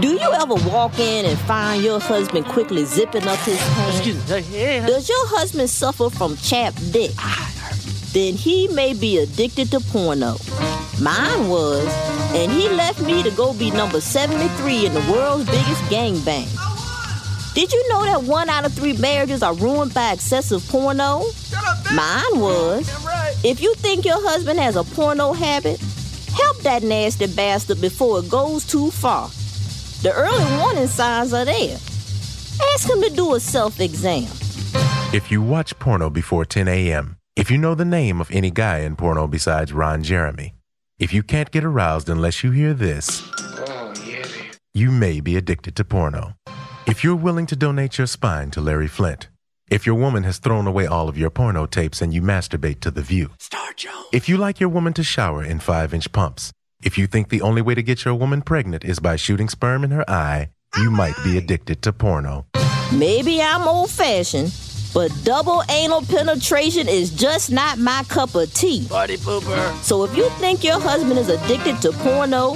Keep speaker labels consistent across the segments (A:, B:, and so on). A: Do you ever walk in and find your husband quickly zipping up his pants?
B: Excuse me. Hey, hey, hey.
A: Does your husband suffer from chap dick? Then he may be addicted to porno. Mine was, and he left me to go be number 73 in the world's biggest gangbang. Did you know that one out of three marriages are ruined by excessive porno? Mine was. If you think your husband has a porno habit, help that nasty bastard before it goes too far. The early warning signs are there. Ask him to do a self exam.
C: If you watch porno before 10 a.m., if you know the name of any guy in porno besides Ron Jeremy, if you can't get aroused unless you hear this, you may be addicted to porno. If you're willing to donate your spine to Larry Flint, if your woman has thrown away all of your porno tapes and you masturbate to the view,
B: Star Jones.
C: if you like your woman to shower in five inch pumps, if you think the only way to get your woman pregnant is by shooting sperm in her eye, you might be addicted to porno.
A: Maybe I'm old fashioned, but double anal penetration is just not my cup of tea.
B: Party pooper.
A: So if you think your husband is addicted to porno,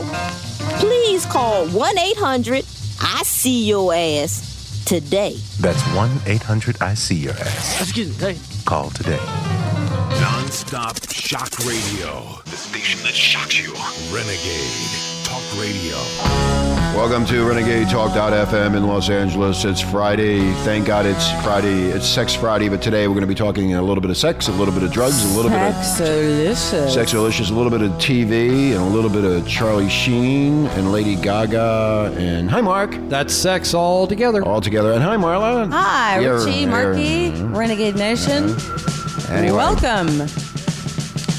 A: please call 1 800 I See Your Ass today.
C: That's 1 800 I See Your Ass.
B: Excuse me. Hey.
C: Call today.
D: Non-stop shock radio. The station that shocks you. Renegade Talk Radio.
E: Welcome to Renegade Talk.fm in Los Angeles. It's Friday. Thank God it's Friday. It's Sex Friday, but today we're going to be talking a little bit of sex, a little bit of drugs, a little bit of
F: Sexalicious.
E: sex delicious, a little bit of TV, and a little bit of Charlie Sheen and Lady Gaga. And hi, Mark.
G: That's sex all together.
E: All together. And hi, Marla.
F: Hi,
E: Yeah,
F: Richie,
E: yeah.
F: Marky,
G: Mm-hmm.
F: Renegade Nation.
E: Anyway.
F: Welcome.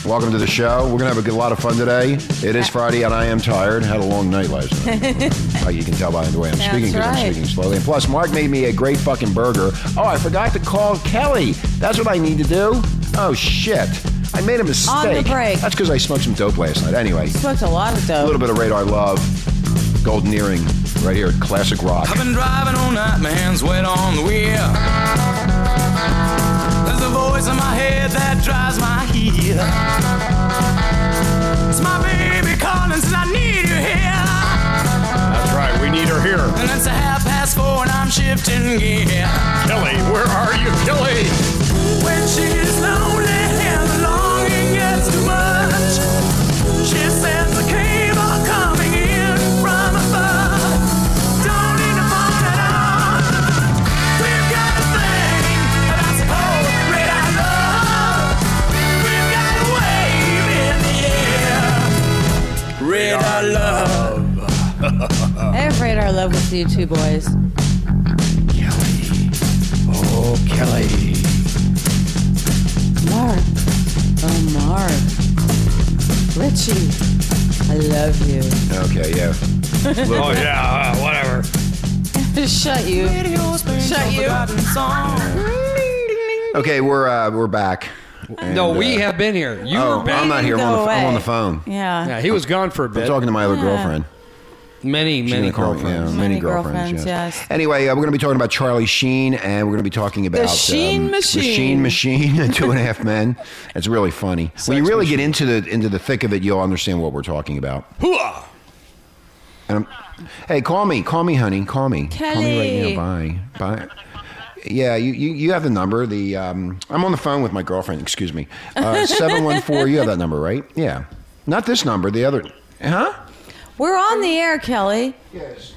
E: Welcome to the show. We're going to have a good, lot of fun today. It
F: Uh,
E: is Friday, and I am tired. Had a long night last night. Uh, you can tell by the way I'm
F: That's
E: speaking because I'm
F: right.
E: speaking slowly. And plus, Mark made me a great fucking burger. Oh, I forgot to call Kelly. That's what I need to do. Oh, shit. I made a mistake.
F: break.
E: That's because I smoked some dope last night. Anyway,
F: Smoked a lot of
E: a
F: dope.
E: little bit of radar love. Golden earring right here at Classic Rock.
H: I've been driving all night, my hands wet on the wheel. There's a voice in my head that drives my heel. It's my baby calling, says I need you here.
I: That's right, we need her here.
H: And it's a half past four and I'm shifting gear.
I: Kelly, where are you, Kelly?
H: When she's lonely and the longing gets too much, she sends a cable coming in from above. Don't need to phone it out. We've got a thing about some old red eye love. We've got a wave in the air. Red eye love.
G: Oh.
F: I have radar love with you two boys.
I: Kelly. Oh, Kelly.
F: Mark. Oh, Mark. Richie. I love you.
E: Okay, yeah.
I: Oh, yeah, uh, whatever.
F: Shut you. Shut you.
E: Okay, we're uh, we're back. And,
G: No,
E: uh,
G: we have been here. You
E: Oh,
G: were eh? back.
E: I'm not here. I'm
F: Go
E: on, the, f- I'm
F: away.
E: on the phone.
F: Yeah.
G: yeah, he was gone for a
E: I'm
G: bit.
E: talking to my other girlfriend.
G: Many, many
E: Gina Carano,
G: girlfriends.
E: yeah,
F: Many girlfriends, yes.
E: Anyway, uh, we're going to be talking about Charlie Sheen, and we're going to be talking about um,
F: Sheen
E: the
F: Machine.
E: Sheen Machine, and Two and a Half Men. It's really funny. when you really get into the into the thick of it, you'll understand what we're talking about.
I: Hooah!
E: And I'm, hey, call me, call me, honey, call me, call me
F: Kelly.
E: right now. Bye, bye. Yeah, you, you, you have the number. The um, I'm on the phone with my girlfriend. Excuse me, Uh, seven one four. You have that number, right? Yeah, not this number. The other, huh?
F: We're on the air, Kelly.
E: Yes.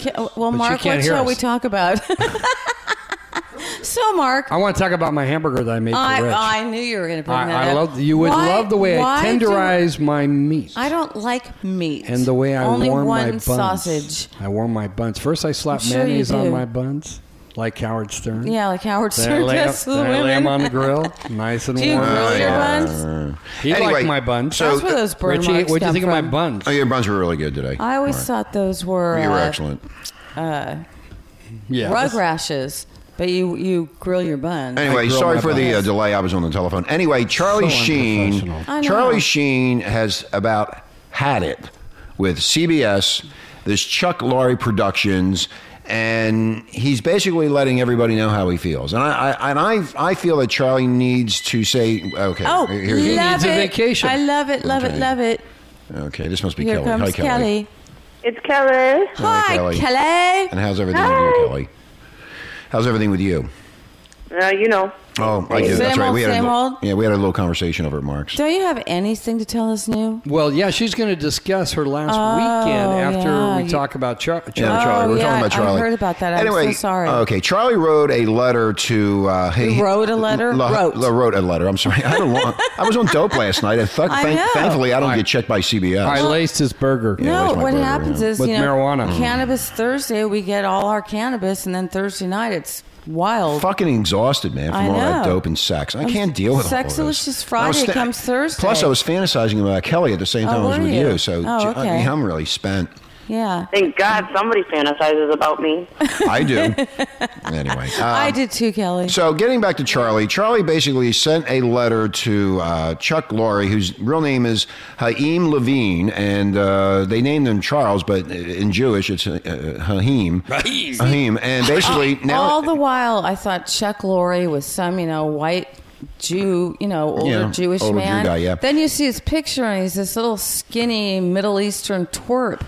F: Ke- Well,
G: you
F: Mark,
G: can't
F: what
G: hear
F: shall
G: us.
F: we talk about? so, Mark.
G: I want to talk about my hamburger that I made for Rich.
F: I, I knew you were going to bring
G: I,
F: that
G: I
F: up.
G: love you would
F: Why-
G: love the way I
F: why do-
G: tenderize my meat.
F: I don't like meat.
G: and the way I
F: only
G: warm
F: one
G: my buns.
F: sausage.
G: I warm my buns. First, I slap
F: I'm sure you
G: mayonnaise on
F: do.
G: my buns, like Howard Stern.
F: Yeah, like Howard
G: Then I
F: Stern
G: lay 'em-
F: does to the
G: then I lay 'em
F: women.
G: on the grill, nice and
F: Do you
G: warm.
F: grill your
E: Oh, yeah.
F: buns?
G: He
E: Anyway,
G: liked my buns.
E: so-
F: That's where those burn
G: Richie,
F: marks
G: what do you
F: come
G: think of my
F: from.
G: buns?
E: Oh, your buns were really good today.
F: I always
E: All right.
F: thought those were,
E: you were
F: uh,
E: excellent.
G: yeah,
F: rug rashes, but you you grill your bun.
E: Anyway,
G: grill
E: sorry
G: my
E: for the
G: buns.
E: uh, delay. I was on the telephone. Anyway, Charlie
G: So
E: Sheen.
G: unprofessional.
F: I know.
E: Charlie Sheen has about had it with CBS, this Chuck Lorre Productions, and he's basically letting everybody know how he feels. And I, I and I I feel that Charlie needs to say, okay,
F: Oh,
E: here you
F: love
G: needs a
F: it!
G: vacation.
F: I love it, love
E: Okay.
F: it, love it.
E: Okay, this must be
F: Here
E: Kelly.
F: comes
E: Hi, Kelly.
F: Kelly.
J: It's Kelly.
E: Hi, Kelly. Kelly. And how's everything with you, Kelly? How's everything with you?
J: Uh, you know.
E: Oh,
F: Same
E: I do. That's right.
F: old,
E: We had
F: same
E: a,
F: old.
E: Yeah, we had a little conversation over at Mark's.
F: Don't you have anything to tell us new?
G: Well, yeah, she's going to discuss her last
F: Oh,
G: weekend after
F: yeah,
G: we
F: you-
G: talk about Char- Charlie.
E: Yeah, Charlie. We're
F: yeah,
E: talking about Charlie.
F: I heard about that. I'm
E: anyway,
F: so sorry.
E: Okay, Charlie wrote a letter to. Uh, he
F: wrote a letter?
E: La,
F: Wrote.
E: La- wrote a letter. I'm sorry. I had a long. I was on dope last night. And th-
F: I know.
E: thankfully, I don't get checked by CBS.
G: I laced his burger.
E: Yeah,
F: no,
E: where's my
F: what
E: burger?
F: happens
E: Yeah. Mm.
F: is
G: With
F: you know,
G: marijuana.
F: Cannabis Thursday, we get all our cannabis, and then Thursday night it's wild.
E: fucking exhausted, man,
F: I
E: from all that
F: know.
E: dope and sex. I
F: I'm
E: can't deal with all this.
F: Sexalicious
E: And I
F: Friday
E: was thi-
F: comes Thursday.
E: Plus, I was fantasizing about Kelly at the same
F: Oh,
E: time I was
F: were
E: with
F: you?
E: you. so
F: Oh,
E: gee, I
F: okay.
E: mean, I'm really spent.
F: yeah.
J: Thank God somebody fantasizes about me.
E: I do. anyway.
F: I
E: um,
F: did too, Kelly.
E: So getting back to Charlie, Charlie basically sent a letter to uh, Chuck Lorre, whose real name is Haim Levine, and uh, they named him Charles, but in Jewish it's uh, Haim.
I: Haim.
E: Haim, and basically now
F: all the while, I thought Chuck Lorre was some, you know, white Jew, you know, older
E: Yeah,
F: Jewish
E: older Jew
F: man.
E: guy, yeah.
F: Then you see his picture, and he's this little skinny Middle Eastern twerp.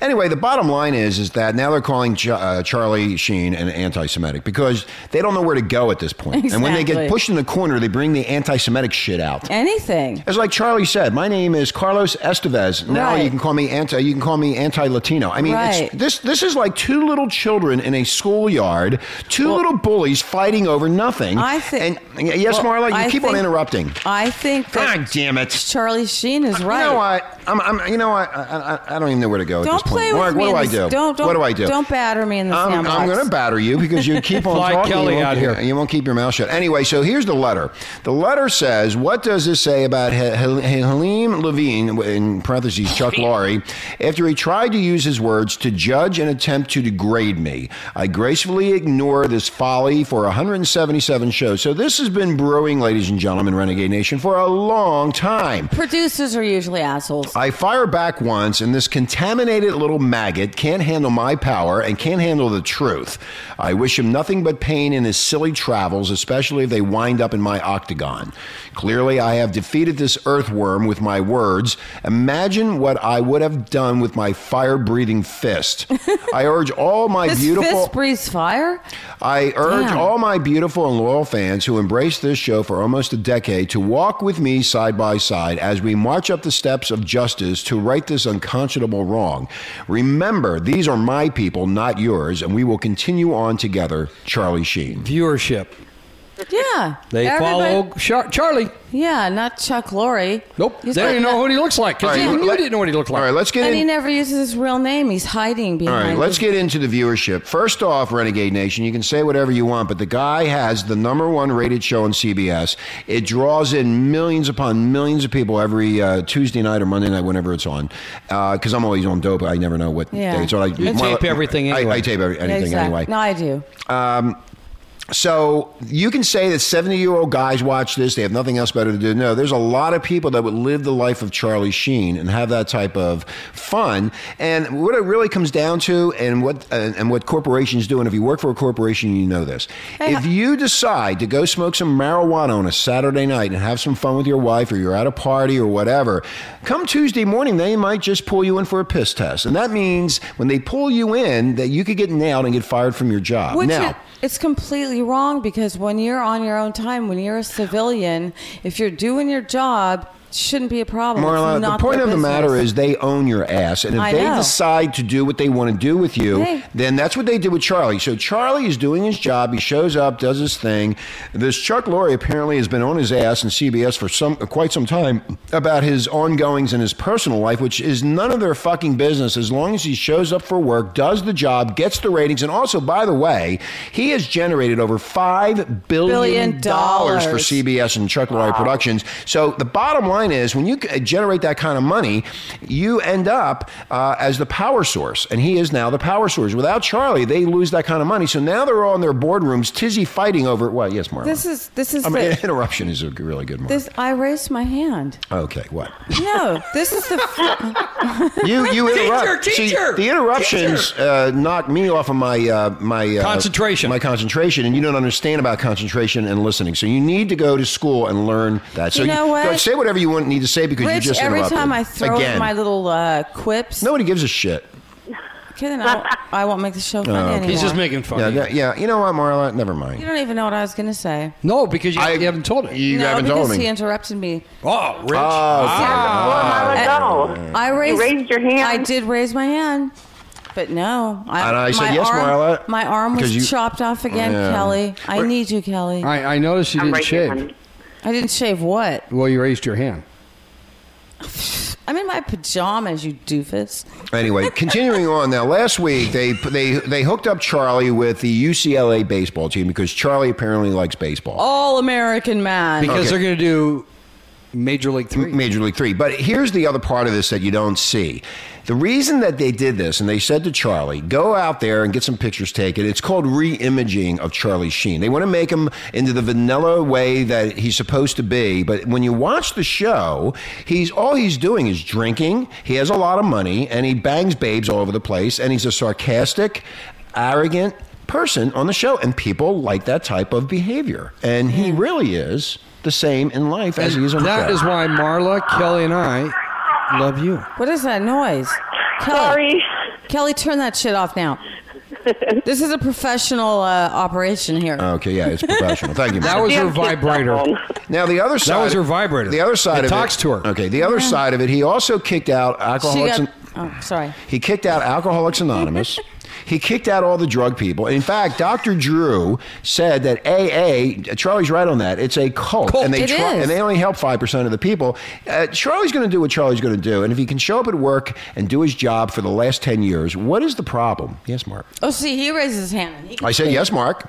E: Anyway, the bottom line is is that now they're calling Ch- uh, Charlie Sheen an anti-Semitic because they don't know where to go at this point. And when they get
F: Exactly.
E: pushed in the corner, they bring the anti-Semitic shit out.
F: Anything.
E: It's like Charlie said, my name is Carlos Estevez. Now
F: Right.
E: you can call me anti you can call me anti-Latino. I mean,
F: Right.
E: it's, this this is like two little children in a schoolyard, two little bullies fighting over nothing.
F: I think.
E: and yes,
F: well,
E: Marla, you
F: I
E: keep on
F: think-
E: interrupting.
F: I think that
E: God damn it.
F: Charlie Sheen is right.
E: You know what? I'm, I'm, you know what? I, I, I don't even know where to go at
F: Don't
E: this point.
F: play with
E: Mark,
F: me.
E: what do
F: in
E: I
F: this-
E: do?
F: Don't, don't,
E: what do I do?
F: Don't batter me in the
E: I'm,
F: sandbox.
E: I'm going to batter you because you keep on
G: Fly
E: talking.
G: Kelly
E: you won't-
G: out here.
E: You won't keep your mouth shut. Anyway, so here's the letter. The letter says, "What does this say about Hel- Hel- Halim Levine in parentheses Chuck Lorre? After he tried to use his words to judge and attempt to degrade me, I gracefully ignore this folly for 177 shows. So this has been brewing, ladies and gentlemen, Renegade Nation, for a long time.
F: Producers are usually assholes.
E: I fire back once, and this contaminated little maggot can't handle my power and can't handle the truth. I wish him nothing but pain in his silly travels, especially if they wind up in my octagon. Clearly, I have defeated this earthworm with my words. Imagine what I would have done with my fire breathing fist. I urge all my
F: this
E: beautiful.
F: fist breathes fire.
E: I
G: Oh,
E: urge
F: Damn.
E: all my beautiful and loyal fans who embraced this show for almost a decade to walk with me side by side as we march up the steps of justice to right this unconscionable wrong. Remember, these are my people, not yours, and we will continue on together, Charlie Sheen.
G: Viewership.
F: Yeah.
G: They
F: Everybody-
G: follow Char- Charlie.
F: Yeah, not Chuck Lorre.
G: Nope.
F: He's
G: they
F: like
G: didn't know
F: that-
G: what he looks like because
E: All right,
G: even you
E: let-
G: didn't know what he looked
E: All
G: like.
E: right, let's get
F: And he
E: in.
F: never uses his real name. He's hiding
E: All
F: behind.
E: right, let's
F: his-
E: get into the viewership. First off, Renegade Nation, you can say whatever you want, but the guy has the number one rated show on CBS. It draws in millions upon millions of people every uh, Tuesday night or Monday night, whenever it's on. Because I'm always on dope. I never know what
F: Yeah.
E: day it's on. I,
G: You tape everything
E: I- I,
G: anyway.
E: tape every, anything
F: Exact-
E: anyway.
F: No, I do.
E: So you can say that 70 year old guys watch this, they have nothing else better to do. No, there's a lot of people that would live the life of Charlie Sheen and have that type of fun. And what it really comes down to, and what, and and what corporations do, and if you work for a corporation, you know this. If you decide to go smoke some marijuana on a Saturday night and have some fun with your wife, or you're at a party or whatever, come Tuesday morning, they might just pull you in for a piss test. And that means when they pull you in, that you could get nailed and get fired from your job.
F: Which
E: Uh, now,
F: it- it's completely wrong because when you're on your own time, when you're a civilian, if you're doing your job, it shouldn't be a problem. It's
E: Marla, the
F: not
E: point
F: their
E: of the
F: business.
E: matter is they own your ass. And if
F: I
E: they
F: know.
E: decide to do what they want to do with you,
F: Hey.
E: then that's what they did with Charlie. So Charlie is doing his job. He shows up, does his thing. This Chuck Lorre apparently has been on his ass in CBS for some quite some time about his ongoings and his personal life, which is none of their fucking business as long as he shows up for work, does the job, gets the ratings. And also, by the way, he has generated over $5 billion,
F: Billion
E: dollars for
F: dollars.
E: CBS. CBS and Chuck Lorre Productions. So the bottom line is, when you uh, generate that kind of money, you end up uh, as the power source, and he is now the power source. Without Charlie, they lose that kind of money. So now they're all in their boardrooms, tizzy fighting over what? Yes, Marla.
F: This is this is
E: I mean,
F: the,
E: interruption is a g- really good one.
F: this. I raised my hand.
E: Okay, what?
F: No, this is the.
E: You you interrupt.
G: teacher,
E: See, the interruptions uh, knock me off of my uh, my uh,
G: Concentration.
E: My concentration, and you don't understand about concentration and listening. So you need to go to school and learn that. So
F: You know what?
E: go- say whatever you want need to say because you
F: Rich,
E: just
F: every
E: interrupted.
F: time I throw in
E: Again.
F: my little uh, quips,
E: Nobody gives a shit.
F: kidding. I won't, I won't make the show fun
E: Oh,
F: anymore.
E: okay. Yeah, yeah, yeah, you know what, Marla? Never mind.
F: You don't even know what I was going to say.
G: No, because you, you haven't told it.
E: You
F: no,
E: haven't
F: because
E: told
F: he
E: me.
F: interrupted me.
G: Oh, Rich. Ah.
J: Marla,
F: And
J: go.
F: Uh, I raised,
J: you raised your hand.
F: I did raise my hand, but no. I,
E: And I said,
F: my
E: "Yes,
F: arm-
E: Marla,"
F: My arm was
E: because you-
F: chopped off again,
E: Yeah.
F: Kelly. I need you, Kelly.
G: I, I noticed you
J: I'm
G: didn't
J: right
G: shave.
J: here, honey.
F: I didn't shave what?
G: Well, you raised your hand.
F: I'm in my pajamas, you doofus.
E: Anyway, continuing on now. Last week they they they hooked up Charlie with the UCLA baseball team because Charlie apparently likes baseball.
F: All American man.
G: Because
E: Okay.
G: they're going to do Major League 3.
E: Major League Three. But here's the other part of this that you don't see. The reason that they did this, and they said to Charlie, go out there and get some pictures taken, it's called re imaging of Charlie Sheen. They want to make him into the vanilla way that he's supposed to be. But when you watch the show, he's all he's doing is drinking, he has a lot of money, and he bangs babes all over the place, and he's a sarcastic, arrogant person on the show. And people like that type of behavior. And he really is the same in life as he is on the
G: That
E: show.
G: is why Marla, Kelly, and I love you.
F: What is that noise? Kelly,
J: Sorry.
F: Kelly, turn that shit off now. this is a professional uh, operation here.
E: Okay, yeah, it's professional. Thank you.
G: That
E: Mr.
G: was
J: Damn
G: her
J: kid's cell
G: vibrator.
J: phone.
E: now the other side.
G: was her vibrator.
E: The other side
G: It
E: of
G: talks
E: it
G: to her.
E: Okay, the other side of it. He also kicked out
F: she
E: alcoholics.
F: got,
E: An-
F: oh, sorry.
E: he kicked out Alcoholics Anonymous. he kicked out all the drug people. In fact, Dr. Drew said that AA. Charlie's right on that. It's a cult,
G: Cult.
E: and they
F: It is.
E: and they only help five percent of the people. Uh, Charlie's going to do what Charlie's going to do, and if he can show up at work and do his job for the last ten years, what is the problem? Yes, Mark.
F: Oh, see, he raises his hand. and He can
E: I said
F: shake.
E: yes, Mark.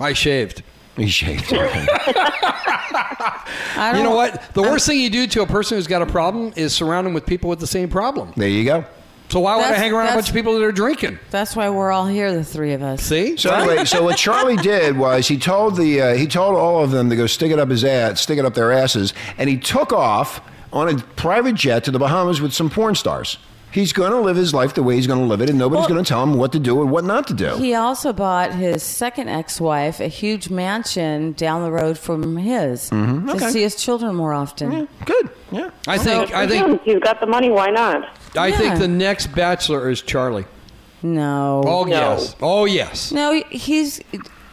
G: I shaved.
E: He shaved. Okay.
F: I don't,
G: You know what? The worst thing you do to a person who's got a problem is surround them with people with the same problem.
E: there you go.
G: So why would I
F: That's-
G: hang around a
F: that's-
G: bunch of people that are drinking?
F: That's why we're all here, the three of us.
G: See?
E: So anyway, so what Charlie did was he told the uh, he told all of them to go stick it up his ass, stick it up their asses, and he took off on a private jet to the Bahamas with some porn stars. He's going to live his life the way he's going to live it, and nobody's
F: Well-
E: going to tell him what to do and what not to do.
F: He also bought his second ex-wife a huge mansion down the road from his
G: Mm-hmm.
F: to see his children more often.
E: Good, yeah.
G: I think I think
J: He's got the money. Why not?
G: I
F: Yeah.
G: think the next bachelor is Charlie.
F: No.
G: Oh yes. Oh yes.
F: No, he's.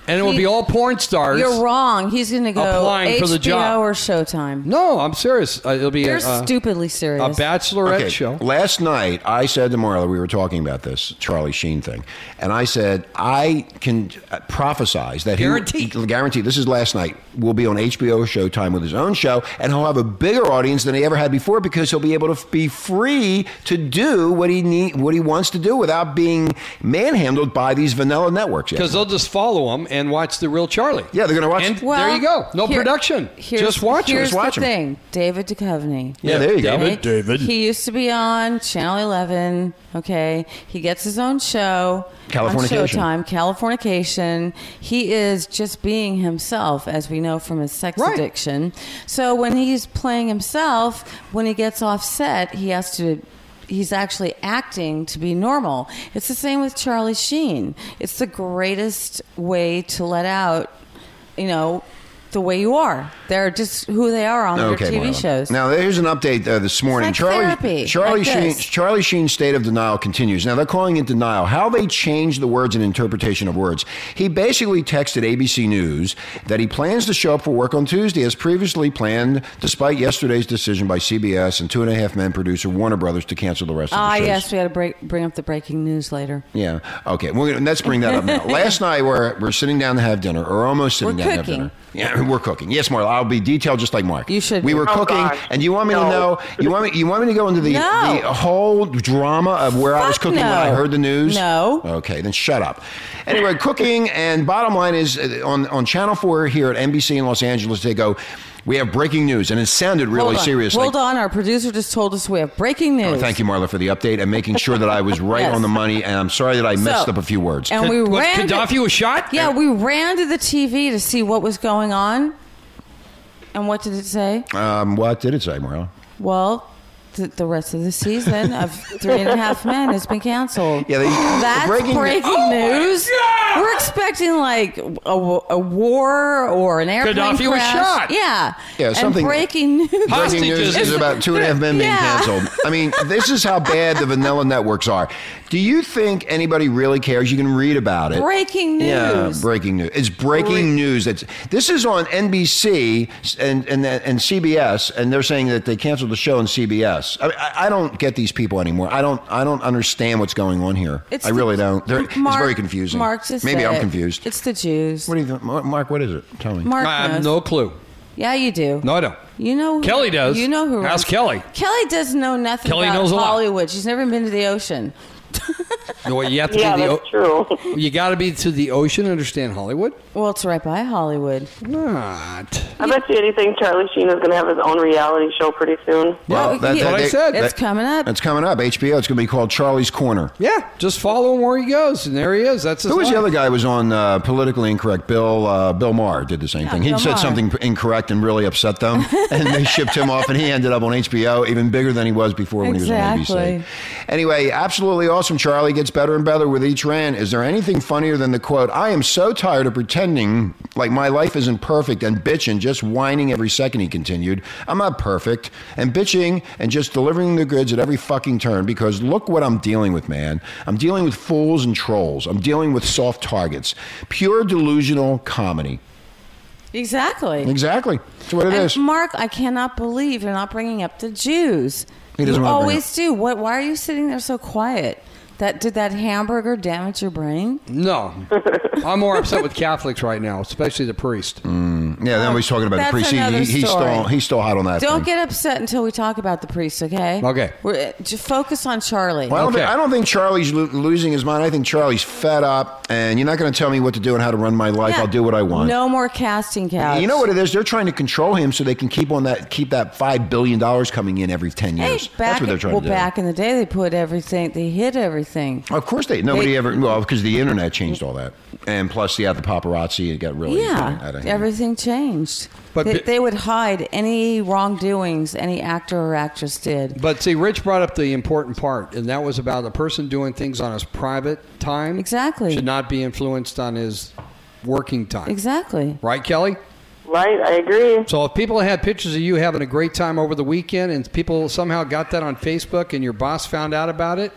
G: And it will
F: he-
G: be all porn stars.
F: You're wrong. He's going to go
G: Applying
F: HBO
G: for the job.
F: or Showtime.
G: No, I'm serious. Uh, It'll be
F: You're
G: a, uh,
F: stupidly
G: a
F: serious.
G: bachelorette show.
E: Last night, I said to Marla, we were talking about this Charlie Sheen thing, and I said I can uh, prophesize that
G: Guaranteed.
E: he guarantee this is last night will be on HBO Showtime with his own show, and he'll have a bigger audience than he ever had before because he'll be able to f- be free to do what he need, what he wants to do without being manhandled by these vanilla networks.
G: Because they'll just follow him and watch the real Charlie.
E: Yeah, they're gonna watch-
G: And
F: Well,
G: there you go. No
F: here-
G: production.
F: here's-
G: Just watch
F: Here's
G: it.
E: Just watch
F: the
E: 'em.
F: thing, David Duchovny.
E: yeah, there you go.
F: David, David. He used to be on Channel 11. Okay, he gets his own show on
E: Californication.
F: Showtime. Californication. He is just being himself, as we know from his sex
G: Right.
F: addiction. So when he's playing himself, when he gets off set, he has to. He's actually acting to be normal. It's the same with Charlie Sheen. It's the greatest way to let out, you know, the way you are. They're just who they are on
E: Okay,
F: their TV
E: Marla.
F: shows.
E: Now here's an update uh, this morning.
F: like
E: Charlie
F: therapy,
E: Charlie
F: like
E: Sheen
F: this.
E: Charlie Sheen's state of denial continues. Now they're calling it denial. How they change the words and interpretation of words. He basically texted ABC News that he plans to show up for work on Tuesday as previously planned, despite yesterday's decision by CBS and Two and a Half Men producer Warner Brothers to cancel the rest of the
F: Ah,
E: shows.
F: yes, we had to break, bring up the breaking news later.
E: Yeah. Okay. Well, let's bring that up now. Last night we're we're sitting down to have dinner, or almost sitting
F: We're
E: down
F: cooking.
E: to have dinner. Yeah, we're cooking. Yes, Marla, I'll be detailed just like Mark.
F: You should
E: We
F: be.
E: were
J: Oh,
E: cooking,
J: gosh.
E: and you want me to
J: No.
E: know? You want me? You want me to go into the,
F: No.
E: the whole drama of where I was
F: Fuck
E: cooking when I
F: no.
E: heard the news?
F: No.
E: Okay, then shut up. Anyway, cooking and bottom line is uh, on on Channel Four here at NBC in Los Angeles. They go, we have breaking news, and it sounded really
F: Hold on.
E: serious. like-
F: Hold on, our producer just told us we have breaking news.
E: Oh, thank you, Marla, for the update and making sure that I was right
F: Yes.
E: on the money. And I'm sorry that I messed
F: So-
E: up a few words.
F: And we
G: What,
F: ran. to-
G: Gaddafi was shot?
F: yeah, we ran to the TV to see what was going on. And what did it say?
E: Um, what did it say, Marla?
F: Well, th- the rest of the season of Three and a Half Men has been canceled.
E: Yeah, they-
F: that's
E: breaking- Oh
F: breaking, news. We're expecting like a, a war or an airplane
G: Gaddafi was
F: crash.
G: shot.
F: Yeah,
E: Yeah,
F: And
E: something-
F: breaking news.
E: Breaking news
G: Hostages.
E: is about two and a half men being
F: Yeah.
E: canceled. I mean, this is how bad the vanilla networks are. Do Do you think anybody really cares? You can read about it.
F: Breaking news.
E: Yeah, breaking news. It's breaking news. That's this is on NBC and and and CBS, and they're saying that they canceled the show on CBS. I, I, I don't get these people anymore. I don't I don't understand what's going on here.
F: It's
E: I
F: the-
E: really don't. They're,
F: Mark-
E: it's very confusing.
F: Mark just
E: Maybe
F: said
E: I'm
F: it.
E: confused.
F: It's the Jews.
E: What do you think, Mar- Mark? What is it? Tell me.
F: Mark
G: I have
F: knows.
G: no clue.
F: Yeah, you do.
G: No, I don't.
F: You know
G: Kelly does.
F: You know who?
G: Ask
F: runs-
G: Kelly.
F: Kelly does know nothing
G: Kelly
F: about
G: knows a lot.
F: Hollywood. She's never been to the ocean.
G: No, you have to
J: Yeah,
G: be the
J: that's true.
G: o- you got to be to the ocean to understand Hollywood.
F: Well, it's right by Hollywood.
G: Not.
J: I bet you anything Charlie Sheen is going to have his own reality show pretty soon.
F: No,
E: Well, Oh, that-
F: he-
E: that-
G: That's what I
E: they-
G: said.
F: It's coming up.
E: That's coming up. HBO. It's going to be called Charlie's Corner.
G: Yeah, just follow him where he goes, and there he is. That's his
E: Who was the
G: life.
E: other guy who was on uh, politically incorrect? Bill uh, Bill Maher did the same thing. He
F: Bill
E: said
F: Maher.
E: something incorrect and really upset them, and they shipped him off, and he ended up on HBO, even bigger than he was before when he was on
F: Exactly.
E: NBC. Anyway, absolutely awesome. Charlie gets better and better with each rant. Is there anything funnier than the quote? I am so tired of pretending like my life isn't perfect and bitching, just whining every second. He continued, I'm not perfect and bitching and just delivering the goods at every fucking turn because look what I'm dealing with, man. I'm dealing with fools and trolls. I'm dealing with soft targets. Pure delusional comedy.
F: Exactly.
E: Exactly. That's what it
F: And
E: is.
F: Mark, I cannot believe you're not bringing up the Jews.
E: He
F: you
E: doesn't wanna bring
F: always do. What? Why are you sitting there so quiet? That did that hamburger damage your brain?
G: No, I'm more upset with Catholics right now, especially the priest.
E: Yeah, then we was talking about
F: That's
E: the priest. He-
F: another
E: he- he's
F: story.
E: still he's still hot on that.
F: Don't
E: thing.
F: get upset until we talk about the priest, okay?
G: Okay.
F: We're, just focus on Charlie.
E: Well, I, don't
G: Okay.
E: think, I don't think Charlie's lo- losing his mind. I think Charlie's fed up, and you're not going to tell me what to do and how to run my life.
F: Yeah.
E: I'll do what I want.
F: No more casting couch.
E: You know what it is? They're trying to control him so they can keep on that keep that five billion dollars coming in every ten
F: Hey,
E: years.
F: back
E: That's what they're trying
F: well,
E: to do.
F: back in the day, they put everything. They hid everything.
E: of course they. Nobody
F: They-
E: ever. Well, because the internet changed all that, and plus you have the paparazzi. It got really
F: yeah,
E: out of hand.
F: everything changed. But
G: But
F: they,
G: bi-
F: they would hide any wrongdoings any actor or actress did.
G: But see, Rich brought up the important part, and that was about a person doing things on his private time.
F: Exactly.
G: Should not be influenced on his working time.
F: Exactly.
G: Right, Kelly?
J: Right, I agree.
G: So if people had pictures of you having a great time over the weekend and people somehow got that on Facebook and your boss found out about it,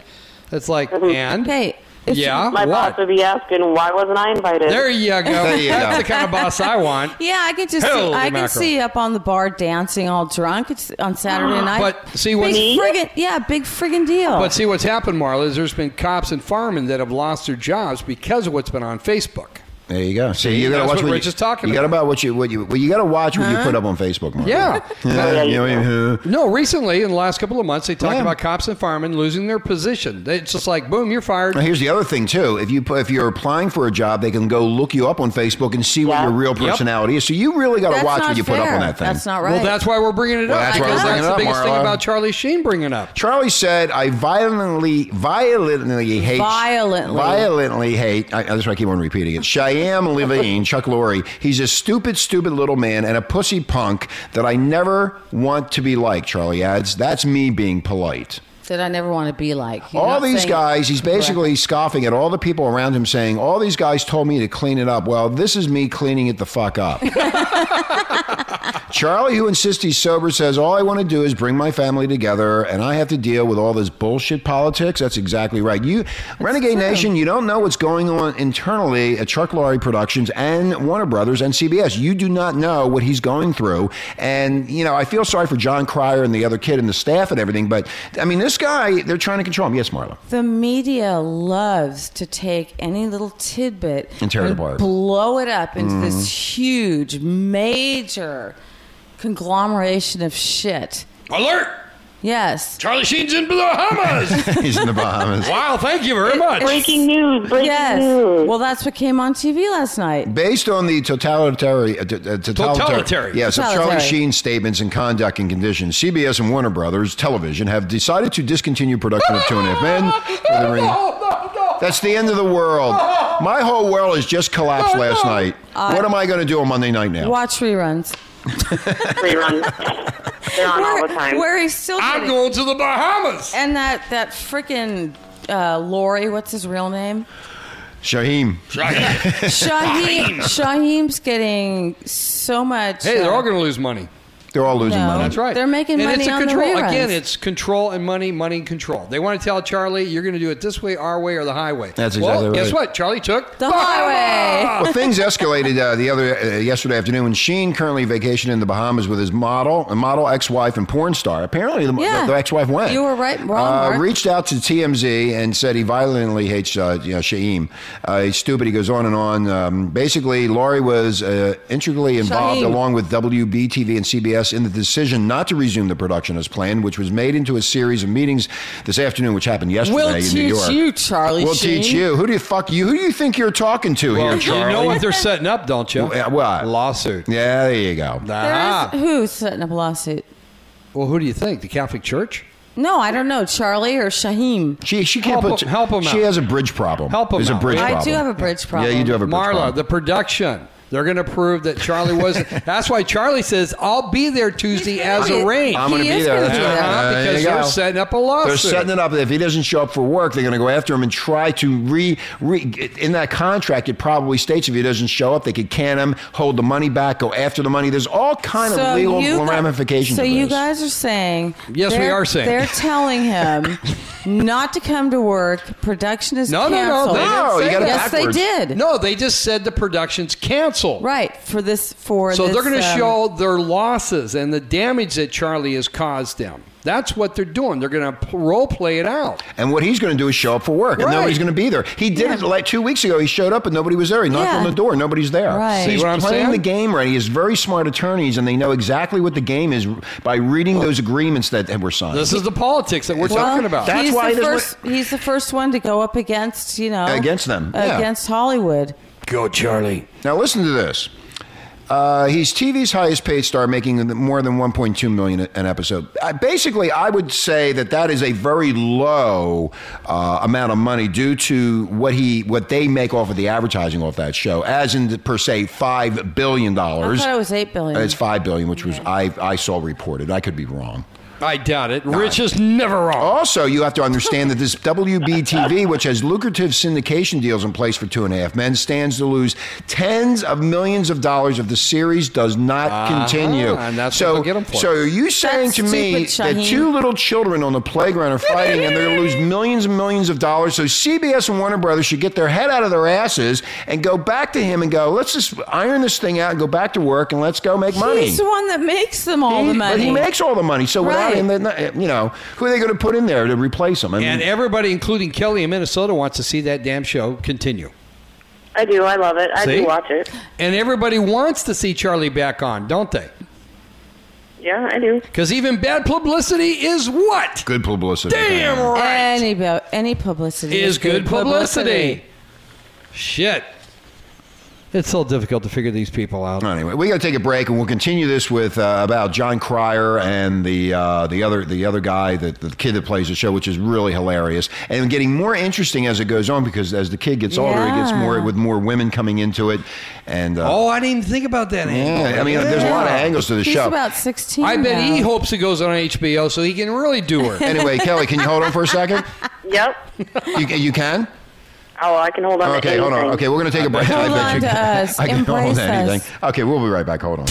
G: it's like, and?
F: Okay. if-
G: Yeah,
J: My
G: Oh, what?
J: boss would be asking, why wasn't I invited?
G: There you go.
E: you
G: That's
E: go.
G: the kind of boss I want.
F: Yeah, I can just
G: Holy
F: see, I can
G: mackerel.
F: see you up on the bar dancing all drunk it's on Saturday night.
G: But see what's-
F: big friggin' yeah, big friggin' deal.
G: But see what's happened, Marla, is there's been cops and firemen that have lost their jobs because of what's been on Facebook.
E: There you go. See, you got to
G: that's
E: watch
G: what
E: you-
G: Rich is talking
E: You got
G: about.
E: about what you what you well, you got to watch what you put up on Facebook. Mark.
G: Yeah.
E: Yeah, you know, yeah.
G: No, recently in the last couple of months, they talked
E: Yeah.
G: about cops and firemen losing their position. They- It's just like, boom, you're fired.
E: Now, here's the other thing too. If you if you're applying for a job, they can go look you up on Facebook and see what
J: Yeah.
E: your real
G: Yep.
E: personality is. So you really got
F: That's
E: to watch
F: not
E: what you put up
F: fair.
E: on that thing.
F: That's not right.
G: Well, that's why we're bringing it
E: Well,
G: up.
E: that's why
G: because
E: we're bringing
G: that's
E: it
G: the
E: up,
G: biggest thing
E: Marla.
G: about Charlie Sheen bringing up.
E: Charlie said, "I violently, violently hate,
F: Violently.
E: violently hate." I, that's why I keep on repeating it. Cheyenne Levine, Chuck Lorre. He's a stupid, stupid little man and a pussy punk that I never want to be like. Charlie adds, "That's me being polite."
F: that I never want to be like. You're
E: all
F: not
E: these
F: saying-
E: guys, he's basically scoffing at all the people around him, saying, "All these guys told me to clean it up." Well, this is me cleaning it the fuck up. Charlie, who insists he's sober, says, All I want to do is bring my family together and I have to deal with all this bullshit politics. That's exactly right. You, Renegade Nation, you don't know what's going on internally at Chuck Lorre Productions and Warner Brothers and CBS. You do not know what he's going through. And, you know, I feel sorry for John Cryer and the other kid and the staff and everything, but I mean, this guy, they're trying to control him. Yes, Marla.
F: The media loves to take any little tidbit
E: And tear it apart. Mm-hmm.
F: blow it up into this huge, major conglomeration of shit.
G: Alert!
F: Yes.
G: Charlie Sheen's in the Bahamas!
E: he's in the Bahamas.
G: wow, thank you very much.
J: breaking news, breaking
F: Yes.
J: news.
F: Well, that's what came on TV last night.
E: Based on the totalitarian, uh, t- uh, totalitarian,
G: Totalitarian.
E: yes, of Charlie
F: Totalitarian.
E: Sheen's statements and conduct and conditions, CBS and Warner Brothers Television have decided to discontinue production of Two and a Half Men. for the ring- That's the end of the world. My whole world has just collapsed last night. what am I going to do on Monday night now?
F: Watch reruns.
J: Reruns. They're on all the time.
F: Where he's still
G: I'm
F: getting-
G: going to the Bahamas!
F: and that that freaking uh, Lori, what's his real name?
E: Shaheem.
F: Shaheem. Shaheem's getting so much.
G: Hey, they're
F: uh,
G: all going to lose money.
E: They're all losing
F: No.
E: money.
G: That's right.
F: They're making
G: and
F: money
G: it's a
F: on the
G: control.
F: reruns.
G: Again, it's control and money, money and control. They want to tell Charlie, you're going to do it this way, our way, or the highway.
E: That's
G: well,
E: exactly
G: guess
E: right.
G: what? Charlie took
F: The highway.
E: well, things escalated uh, the other uh, yesterday afternoon when Sheen, currently vacationing in the Bahamas with his model, a model ex-wife and porn star. Apparently, the,
F: Yeah.
E: the ex-wife went.
F: You were right- wrong,
E: Uh,
F: Mark.
E: reached out to TMZ and said he violently hates uh, you know Shaim. Uh, he's stupid. He goes on and on. Um, basically, Laurie was uh, integrally involved
F: Shaheem.
E: along with WBTV and CBS in the decision not to resume the production as planned, which was made into a series of meetings this afternoon, which happened yesterday
F: We'll
E: in New
F: teach
E: York.
F: you, Charlie
E: We'll
F: Sheen.
E: teach you. Who do you fuck you? Who do you think you're talking to
G: Well,
E: here,
G: you
E: Charlie?
G: know what they're setting up, don't you?
E: Yeah, what?
G: Lawsuit.
E: Yeah, there you go.
F: uh, There
G: Ah.
F: is, who's setting up a lawsuit?
G: Well, who do you think? The Catholic Church?
F: No, I don't know. Charlie or Shaheem?
E: She she can't
G: Help
E: put
G: him- help him
E: She
G: out.
E: has a bridge problem.
G: Help him
E: There's a
G: out.
E: bridge
G: I do
E: problem.
F: have a bridge problem.
E: Yeah, you do have a bridge
G: Marla,
E: problem.
G: the production. They're going to prove that Charlie wasn't. that's why Charlie says, I'll be there Tuesday as
F: gonna be-
G: arranged.
E: I'm gonna
F: He
E: be
F: is
E: there.
F: gonna
E: That's
F: be
E: right.
F: there.
G: Uh-huh,
E: There
G: because
E: you
G: they're
E: go.
G: setting up a lawsuit.
E: They're setting it up. If he doesn't show up for work, they're going to go after him and try to re, re. In that contract, it probably states if he doesn't show up, they could can him, hold the money back, go after the money. There's all kind of legal
F: you gu-
E: ramifications.
F: So
E: of
F: you
E: this.
F: guys are saying
G: Yes, we
F: they're-
G: are saying.
F: they're telling him not to come to work. Production is
G: No, no, no,
F: canceled.
G: they didn't No,
E: you say got it that.
F: yes, they
E: backwards.
F: did.
G: No, they just said the production's canceled.
F: right for this for
G: So they're going
F: this,
G: to
F: um,
G: show their losses and the damage that Charlie has caused them. That's what they're doing. They're going to role play it out.
E: And what he's going to do is show up for work, and
G: Right.
E: nobody's going to be there. He did it like two weeks ago. He showed up, and nobody was there. He knocked
F: Yeah.
E: on the door, nobody's there.
F: Right. See
E: he's
G: what I'm
E: playing
G: saying?
E: the game right. He has very smart attorneys, and they know exactly what the game is by reading those agreements that were signed.
G: This is the politics that we're
E: Well,
G: talking about.
E: that- That's
F: he's
E: why
F: the
E: this
F: first. he's the first one to go up against you know
E: Against them, yeah.
F: against Hollywood.
I: Go, Charlie.
E: now listen to this. Uh, he's TV's highest paid star, making more than 1.2 million an episode. Uh, basically, I would say that that is a very low uh, amount of money due to what he what they make off of the advertising off that show, as in the, per se five billion
F: I
E: dollars.
F: thought it was eight billion.
E: It's five billion, which was I I saw reported. I could be wrong.
G: I doubt it. Rich is never wrong.
E: Also, you have to understand that this WBTV, which has lucrative syndication deals in place for Two and a Half Men, stands to lose tens of millions of dollars if the series does not continue.
G: Uh-huh, and that's
E: so,
G: what they'll get 'em for.
E: So, are you saying
F: That's
E: to me
F: stupid,
E: that
F: Shaheen.
E: two little children on the playground are fighting and they're going to lose millions and millions of dollars? So, CBS and Warner Brothers should get their head out of their asses and go back to him and go, let's just iron this thing out and go back to work and let's go make money.
F: He's the one that makes them all
E: He-
F: the money.
E: But he makes all the money. So
F: Right.
E: without him, they're not- you know, who are they going to put in there to replace him? I mean,
G: And everybody, including Kelly in Minnesota, wants to see that damn show continue.
J: I do. I love it. I
G: See?
J: do watch it.
G: And everybody wants to see Charlie back on, don't they?
J: Yeah, I do.
G: Because even bad publicity is what?
E: good publicity.
G: Damn right.
F: any bu- any publicity
G: is good publicity. Shit. It's so difficult to figure these people out.
E: Anyway, we got to take a break, and we'll continue this with uh, about John Cryer and the uh, the other the other guy that the kid that plays the show, which is really hilarious and getting more interesting as it goes on because as the kid gets older, it gets
F: Yeah.
E: more with more women coming into it, and uh,
G: Oh, I didn't even think about that. angle.
E: yeah, I mean, there's a lot of angles to the
F: He's
E: show.
F: about sixteen.
G: I bet
F: now.
G: he hopes it goes on HBO so he can really do her.
E: anyway, Kelly, can you hold on for a second?
J: Yep.
E: You, you can.
J: Oh, I can hold on.
E: Okay,
J: to
E: hold on.
J: anything.
E: Okay, we're going to take a break.
F: Hold
E: bet
F: on
E: you
F: to
E: can.
F: us.
E: I can hold
F: Embrace
E: anything.
F: us.
E: Okay, we'll be right back. Hold on.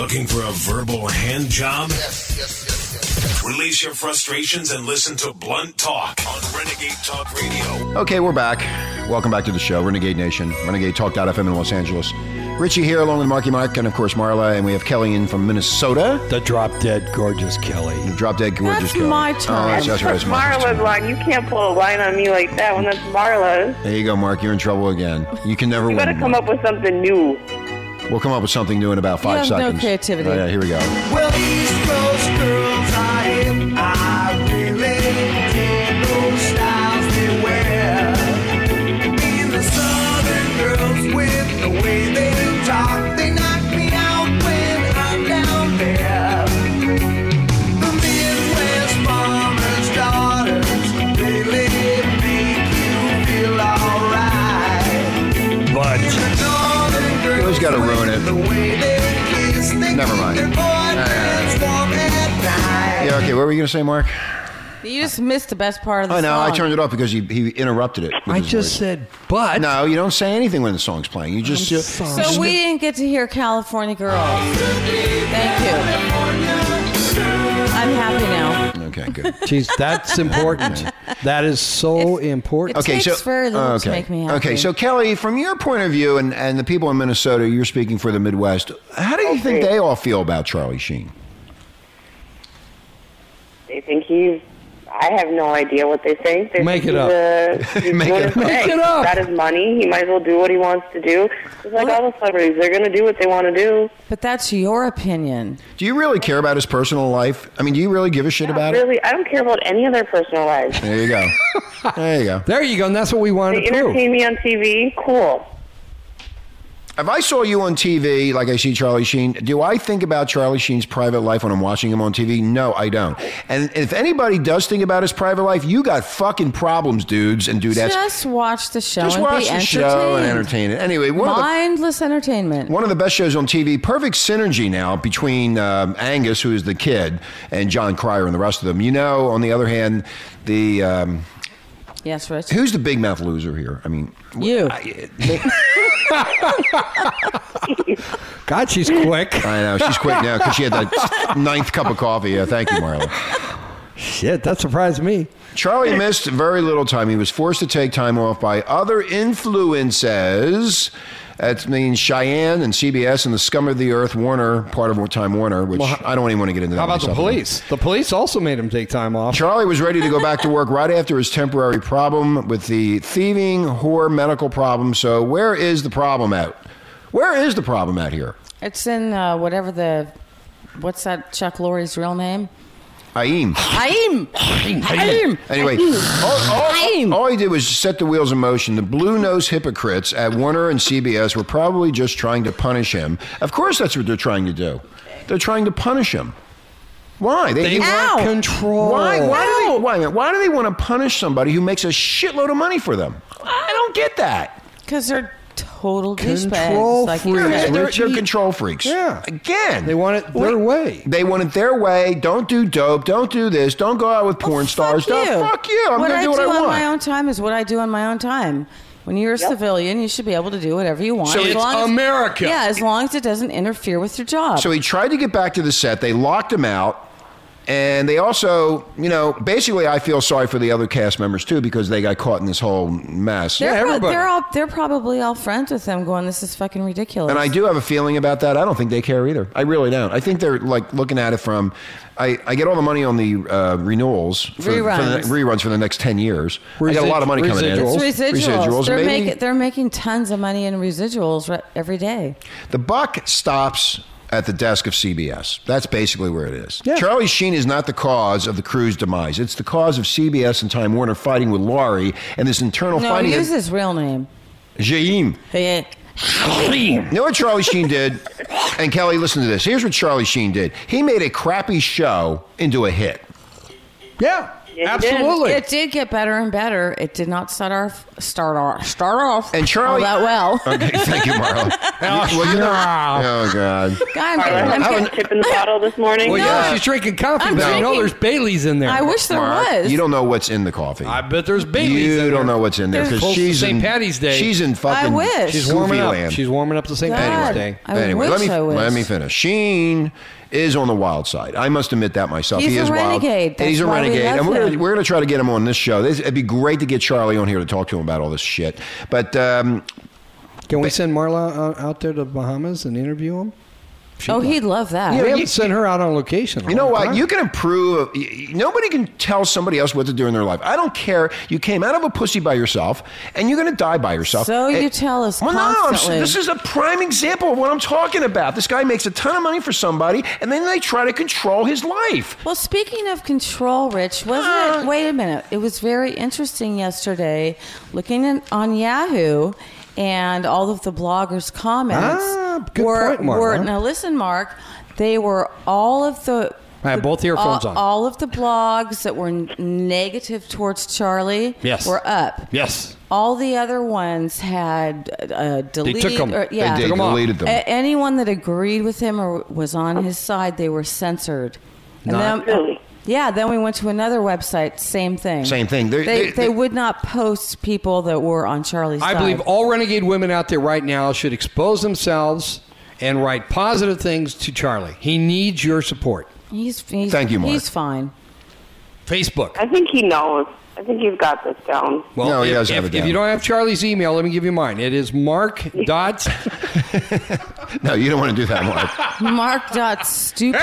D: Looking for a verbal hand job? Release your frustrations and listen to Blunt Talk on Renegade Talk Radio.
E: Okay, we're back. Welcome back to the show, Renegade Nation, Renegade Talk.fm in Los Angeles. Richie here, along with Marky Mark, and of course Marla, and we have Kelly in from Minnesota.
G: the drop dead gorgeous Kelly.
E: Drop dead gorgeous
F: That's
E: Kelly.
F: my
E: Oh,
F: turn.
E: that's, that's right, it's Mark's
J: Marla's
E: turn.
J: line. You can't pull a line on me like that when that's Marla's.
E: There you go, Mark. You're in trouble again. You can never
J: You
E: win.
J: gotta come
E: Mark.
J: up with something new.
E: We'll come up with something new in about five
F: have no
E: seconds.
F: creativity.
E: All right, here we go.
H: Well, East Coast girls, I am, I really dig those styles they wear. Being the Southern girls with the way they talk, they knock me out when I'm down there. The Midwest farmers' daughters really make you feel alright.
I: But
H: The Northern girls,
E: always gotta ruin
H: with
E: it.
H: The way they kiss, they
E: Never
H: keep
E: mind.
H: Their boyfriends warm at night.
E: Yeah, okay, what were you going to say, Mark?
F: You just missed the best part of the
E: I know. I
F: song.
E: turned it off because he, he interrupted it.
F: I just
E: said, but. No, you don't say anything when the song's playing. You just. uh,
F: So we didn't get to hear California Girls. Thank you. I'm happy now.
E: Okay, good.
G: Jeez, that's important. that is so important.
E: okay, so okay. Okay, so Kelly, from your point of view, and, and the people in Minnesota, you're speaking for the Midwest. How do you think they all feel about Charlie Sheen?
J: They think he's. I have no idea what they think. They
E: Make
J: think
E: it
J: he's
E: up.
J: A, he's
E: Make
J: good
E: it up.
J: as a
E: Make
J: bank.
E: it up.
J: He's Got his money. He might as well do what he wants to do. Just like all the celebrities, they're going to do what they want to do.
F: But that's your opinion.
E: Do you really care about his personal life? I mean, do you really give a shit about it?
J: Really, I don't care about any of their personal lives.
E: There you go. there you go.
G: There you go. And that's what we wanted
J: They entertain me on TV. Cool.
E: If I saw you on TV, like I see Charlie Sheen, do I think about Charlie Sheen's private life when I'm watching him on TV? No, I don't. And if anybody does think about his private life, you got fucking problems, dudes and dudettes.
F: just watch the show
E: Just
F: and
E: watch
F: be
E: the
F: entertained.
E: show and entertain it. Anyway, one of the-
F: mindless entertainment.
E: One of the best shows on TV. Perfect synergy now between um, Angus, who is the kid, and John Cryer and the rest of them. You know, on the other hand, the. Um,
F: Yes, Rich.
E: Who's the big mouth loser here? I mean,
F: you.
G: God, she's quick.
E: I know she's quick now because she had that ninth cup of coffee. Yeah, thank you, Marla.
G: Shit, that surprised me.
E: Charlie missed very little time. He was forced to take time off by other influences. That means Cheyenne and CBS and the scum of the earth, Warner, part of Time Warner, which
G: Well,
E: I don't even want to get into that.
G: How about the
E: myself.
G: police? The police also made him take time off.
E: Charlie was ready to go back to work right after his temporary problem with the thieving whore medical problem. So where is the problem at? Where is the problem at here?
F: It's in uh, whatever the. What's that Chuck Lorre's real name?
E: Aim.
F: Haim. Haim.
E: Anyway, all, all, all he did was set the wheels in motion. The blue nose hypocrites at Warner and CBS were probably just trying to punish him. Of course, that's what they're trying to do. They're trying to punish him. Why?
G: They want Ow. control.
E: Why? Why, do they, why, a minute, why do they want to punish somebody who makes a shitload of money for them? I don't get that.
F: Because they're total
G: Control
F: douchebags. Like you
E: They're,
F: said.
E: they're- they're control freaks.
G: Yeah.
E: Again,
G: They want it their way.
E: They want it their way. Don't do dope. Don't do this. Don't go out with porn stars.
F: Fuck
E: Don't fuck you. I'm
F: what
E: gonna
F: I
E: do what I
F: on
E: want.
F: my own time is what I do on my own time. When you're a civilian, you should be able to do whatever you want.
E: So
F: as
E: it's
F: long as-
E: America.
F: Yeah, as long as it doesn't interfere with your job.
E: So he tried to get back to the set. They locked him out. And they also, you know, basically, I feel sorry for the other cast members too because they got caught in this whole mess.
F: they're, pro- they're all they're probably all friends with him, going, "This is fucking ridiculous."
E: And I do have a feeling about that. I don't think they care either. I really don't. I think they're like looking at it from, I, I get all the money on the uh, renewals, for, for the,
F: Reruns.
E: reruns for the next 10 years. I got a lot of money coming in.
G: Residuals.
F: It's residuals. They're,
E: and maybe-
F: making, they're making tons of money in residuals re- every day.
E: The buck stops at the desk of CBS. That's basically where it is. Charlie Sheen is not the cause of the crew's demise. It's the cause of CBS and Time Warner fighting with Laurie and this internal
F: no,
E: fighting.
F: use his real name.
E: Jaim.
F: Hey,
E: You know what Charlie Sheen did? And Kelly, listen to this. Here's what Charlie Sheen did. He made a crappy show into a hit.
G: Yeah,
F: It did get better and better. It did not start off start off start off
E: And Charlie.
F: all that well.
E: Okay, thank you, Marla. You- well, you know- oh, God.
F: God, I'm-
J: Marla,
F: I'm
J: have you
F: getting-
J: got a tip in the bottle this morning?
G: Well, yeah, Oh, she's drinking coffee,
F: uh, I'm
G: but you know
F: drinking-
G: there's Bailey's in there.
F: I wish there
E: Mark,
F: was.
E: You don't know what's in the coffee.
G: I bet there's Bailey's.
E: you
G: in
E: don't
G: there.
E: know what's in there
G: There's-
E: because
G: Close to
E: she's
G: St.
E: in
G: Patty's Day.
E: She's in fucking.
F: I wish.
G: She's warming
E: goofy
G: up.
E: land.
G: She's warming up to St. Patty's Day.
F: I wish
E: let me
F: I wish.
E: let me finish. Sheen is on the wild side. I must admit that myself.
F: He's
E: he
F: a
E: is wild.
F: renegade.
E: And he's a
F: That's why we
E: renegade,
F: love
E: and we're
F: him.
E: gonna, we're going to try to get him on this show. This, it'd be great to get Charlie on here to talk to him about all this shit. But um,
G: Can we send Marla out- out there to Bahamas and interview him? She'd
F: oh,
G: love-
F: he'd love that.
G: We haven't sent her out on location.
E: you know what? You can improve. y- y- Nobody can tell somebody else what to do in their life. I don't care. You came out of a pussy by yourself, and you're going to die by yourself.
F: So
E: And-
F: you tell us
E: Well, no,
F: constantly.
E: I'm, this is a prime example of what I'm talking about. This guy makes a ton of money for somebody, and then they try to control his life.
F: Well, speaking of control, Rich, wasn't
G: Ah.
F: it? Wait a minute. It was very interesting yesterday looking in, on Yahoo and all of the bloggers' comments
G: Ah, good
F: were,
G: point, Marla.
F: were- now listen, Mark, they were all of the
G: I have both earphones
F: all,
G: on.
F: all of the blogs that were n- negative towards Charlie
G: Yes.
F: were up.
G: Yes.
F: All the other ones had uh,
G: They
F: deleted.
G: took them.
F: Or, yeah,
E: They, deleted them.
F: a- anyone that agreed with him or was on his side, they were censored. And
G: Not-
F: then, Yeah, then we went to another website. Same thing.
E: Same thing.
F: They,
E: They-
F: they,
E: they- they-
F: would not post people that were on Charlie's
G: I
F: side.
G: believe all renegade women out there right now should expose themselves and write positive things to Charlie. He needs your support.
F: He's, he's
E: Thank you, Mark.
F: He's fine.
G: Facebook.
J: I think he knows. I think he's got this down.
G: Well,
E: No, he
G: if,
E: doesn't
G: if-
E: have it
G: if
E: down.
G: you don't have Charlie's email, let me give you mine. It is mark dot.
E: No, you don't want to do that, Mark.
F: Mark dot stupid.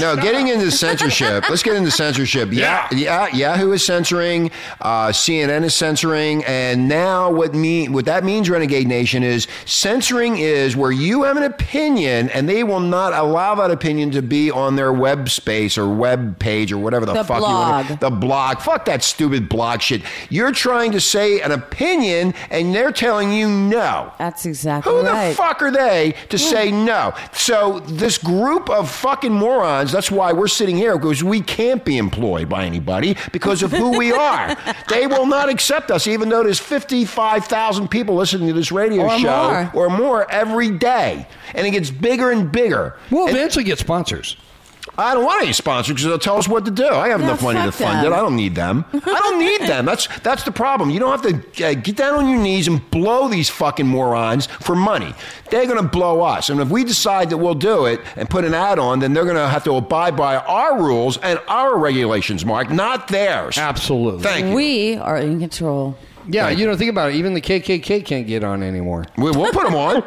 E: No, getting into censorship. Let's get into censorship. Yeah, yeah, Yahoo is censoring, uh, CNN is censoring, and now what mean what that means, Renegade Nation, is censoring is where you have an opinion and they will not allow that opinion to be on their web space or web page or whatever the,
F: The
E: fuck you
F: blog.
E: want. The blog. Fuck that stupid blog shit. You're trying to say an opinion and they're telling you no.
F: That's exactly
E: Who
F: right. Hmm.
E: the fuck are they to say no? So this group of fucking morons, that's why we're sitting here because we can't be employed by anybody because of who we are. They will not accept us even though there's 55,000 people listening to this radio
F: Or
E: show
F: more.
E: or more every day. And it gets bigger and bigger.
G: We'll eventually get sponsors.
E: I don't want any sponsors because they'll tell us what to do. I have
F: No,
E: enough money to
F: fuck
E: fund
F: them.
E: it. I don't need them. I don't need them. That's that's the problem. You don't have to uh, get down on your knees and blow these fucking morons for money. They're going to blow us. And if we decide that we'll do it and put an ad on, then they're going to have to abide by our rules and our regulations, Mark, not theirs.
G: Absolutely.
E: Thank you. We-
F: We are in control.
G: yeah, you know, think about it. Even the KKK can't get on anymore.
E: We'll put them on.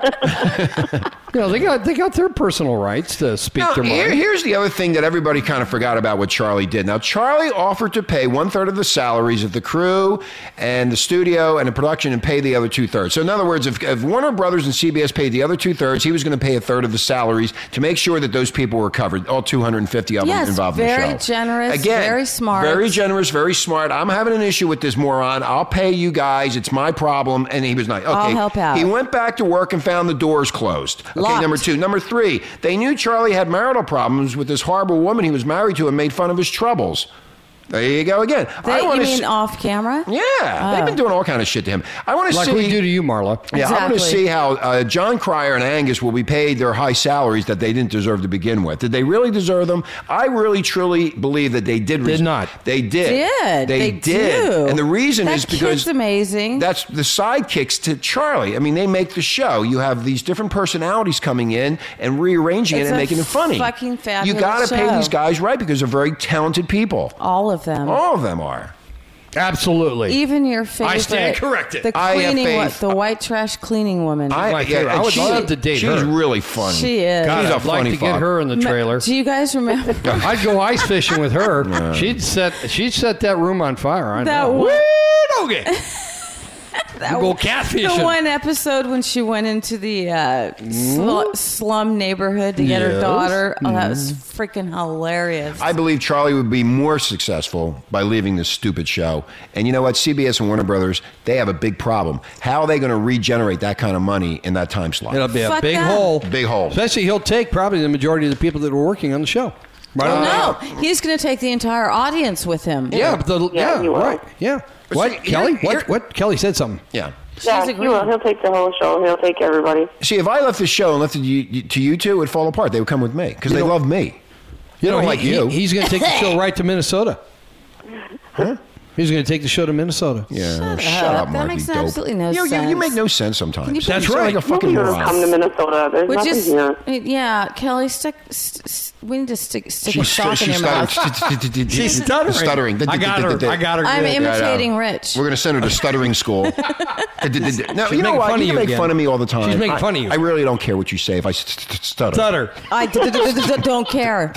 G: You know, they got they got their personal rights to speak
E: Now,
G: their mind.
E: here- here's the other thing that everybody kind of forgot about what Charlie did. Now, Charlie offered to pay one third of the salaries of the crew and the studio and the production and pay the other two thirds. So, in other words, if, if Warner Brothers and CBS paid the other two thirds, he was going to pay a third of the salaries to make sure that those people were covered, all 250 of
F: Yes,
E: them involved in
F: very
E: the show.
F: generous,
E: Again,
F: very smart.
E: Very generous, very smart. I'm having an issue with this moron. I'll pay you guys. It's my problem. And he was like, okay.
F: I'll help out.
E: He went back to work and found the doors closed. Okay,
F: Locked.
E: number two. Number three, they knew Charlie had marital problems with this horrible woman he was married to and made fun of his troubles. There you go again.
F: They,
E: I
F: you
E: want to.
F: mean Ah. off camera?
E: yeah, they've been doing all kind of shit to him. I want to
G: like
E: see.
G: we do to you, Marla.
E: yeah, I want to
F: Exactly.
E: see how uh, John Cryer and Angus will be paid their high salaries that they didn't deserve to begin with. Did they really deserve them? I really, truly believe that they did.
G: Did not.
E: They did.
F: Did
E: They, did.
F: do.
E: And the reason
F: That
E: is because
F: kid's amazing.
E: that's the sidekicks to Charlie. I mean, they make the show. You have these different personalities coming in and rearranging
F: It's
E: it and
F: a
E: making it funny.
F: fucking fabulous
E: You gotta
F: show.
E: pay these guys right because they're very talented people.
F: all of them.
E: All of them are.
G: Absolutely.
F: Even your favorite.
I: I stand corrected.
F: The
E: I have
F: cleaning, wo-
E: faith.
F: the white trash cleaning woman.
G: Like her. I
E: and
G: would
E: she-
G: love to date
E: She's
G: her.
E: really funny.
F: She is.
G: God,
E: she's a
G: I'd like
E: funny
G: to get
E: fuck.
G: her in the trailer.
F: Do you guys remember
G: I'd go ice fishing with her. She'd set she'd set that room on fire. I
F: that
G: know.
F: one?
I: Okay.
F: That
G: Go
F: one-
G: catfishing.
F: The one episode when she went into the uh,
E: Hmm?
F: sl- slum neighborhood to get her
G: Yes.
F: daughter. Oh, that was freaking hilarious.
E: I believe Charlie would be more successful by leaving this stupid show. And you know what? CBS and Warner Brothers, they have a big problem. How are they going to regenerate that kind of money in that time slot?
G: It'll be a
F: Fuck
G: big
F: that.
G: hole.
E: Big hole.
G: Especially he'll take probably the majority of the people that were working on the show. Right. on
F: no,
G: down.
F: he's going to take the entire audience with him.
G: Yeah, but the,
J: Yeah,
G: yeah,
J: he will.
G: right. Yeah.
E: But
G: What,
E: see, here-
G: Kelly?
E: here-
G: what what Kelly said something.
E: yeah.
J: Yeah,
F: She's
J: he will.
F: agreeing.
J: He'll take the whole show. He'll take everybody.
E: See, if I left the show and left it to you, to you two, it would fall apart. They would come with me because they love me.
G: You know,
E: don't
G: he-
E: like
G: he-
E: you.
G: he's going to take the show right to Minnesota. He's going to take the show to Minnesota.
E: Yeah, shut,
F: up.
E: up,
F: That
E: Mark,
F: makes
E: you dope.
F: absolutely no
E: you, You, you
F: sense.
E: make no sense sometimes.
F: you
G: That's
E: You sound
G: right.
E: Like a fucking
J: Nobody's gonna come to
E: moron.
J: Minnesota. There's
F: We're
J: nothing
F: just,
J: here.
F: yeah, Kelly, stick, st- st- we need to stick, stick a
E: She's,
F: sock in
E: she's
F: your mouth.
E: stuttering. Stuttering.
I: I got her. I got her.
F: I'm
I: good.
E: Yeah, I know.
F: imitating Rich.
E: We're going to send her to stuttering school. no, you know
G: making
E: what?
G: fun of
E: you
G: you
E: make
G: again.
E: fun of me all the time.
G: She's making
E: I-
G: fun of you.
E: I really don't care what you say if I st- st- stutter.
G: Stutter.
F: I d- d- d- d- don't care.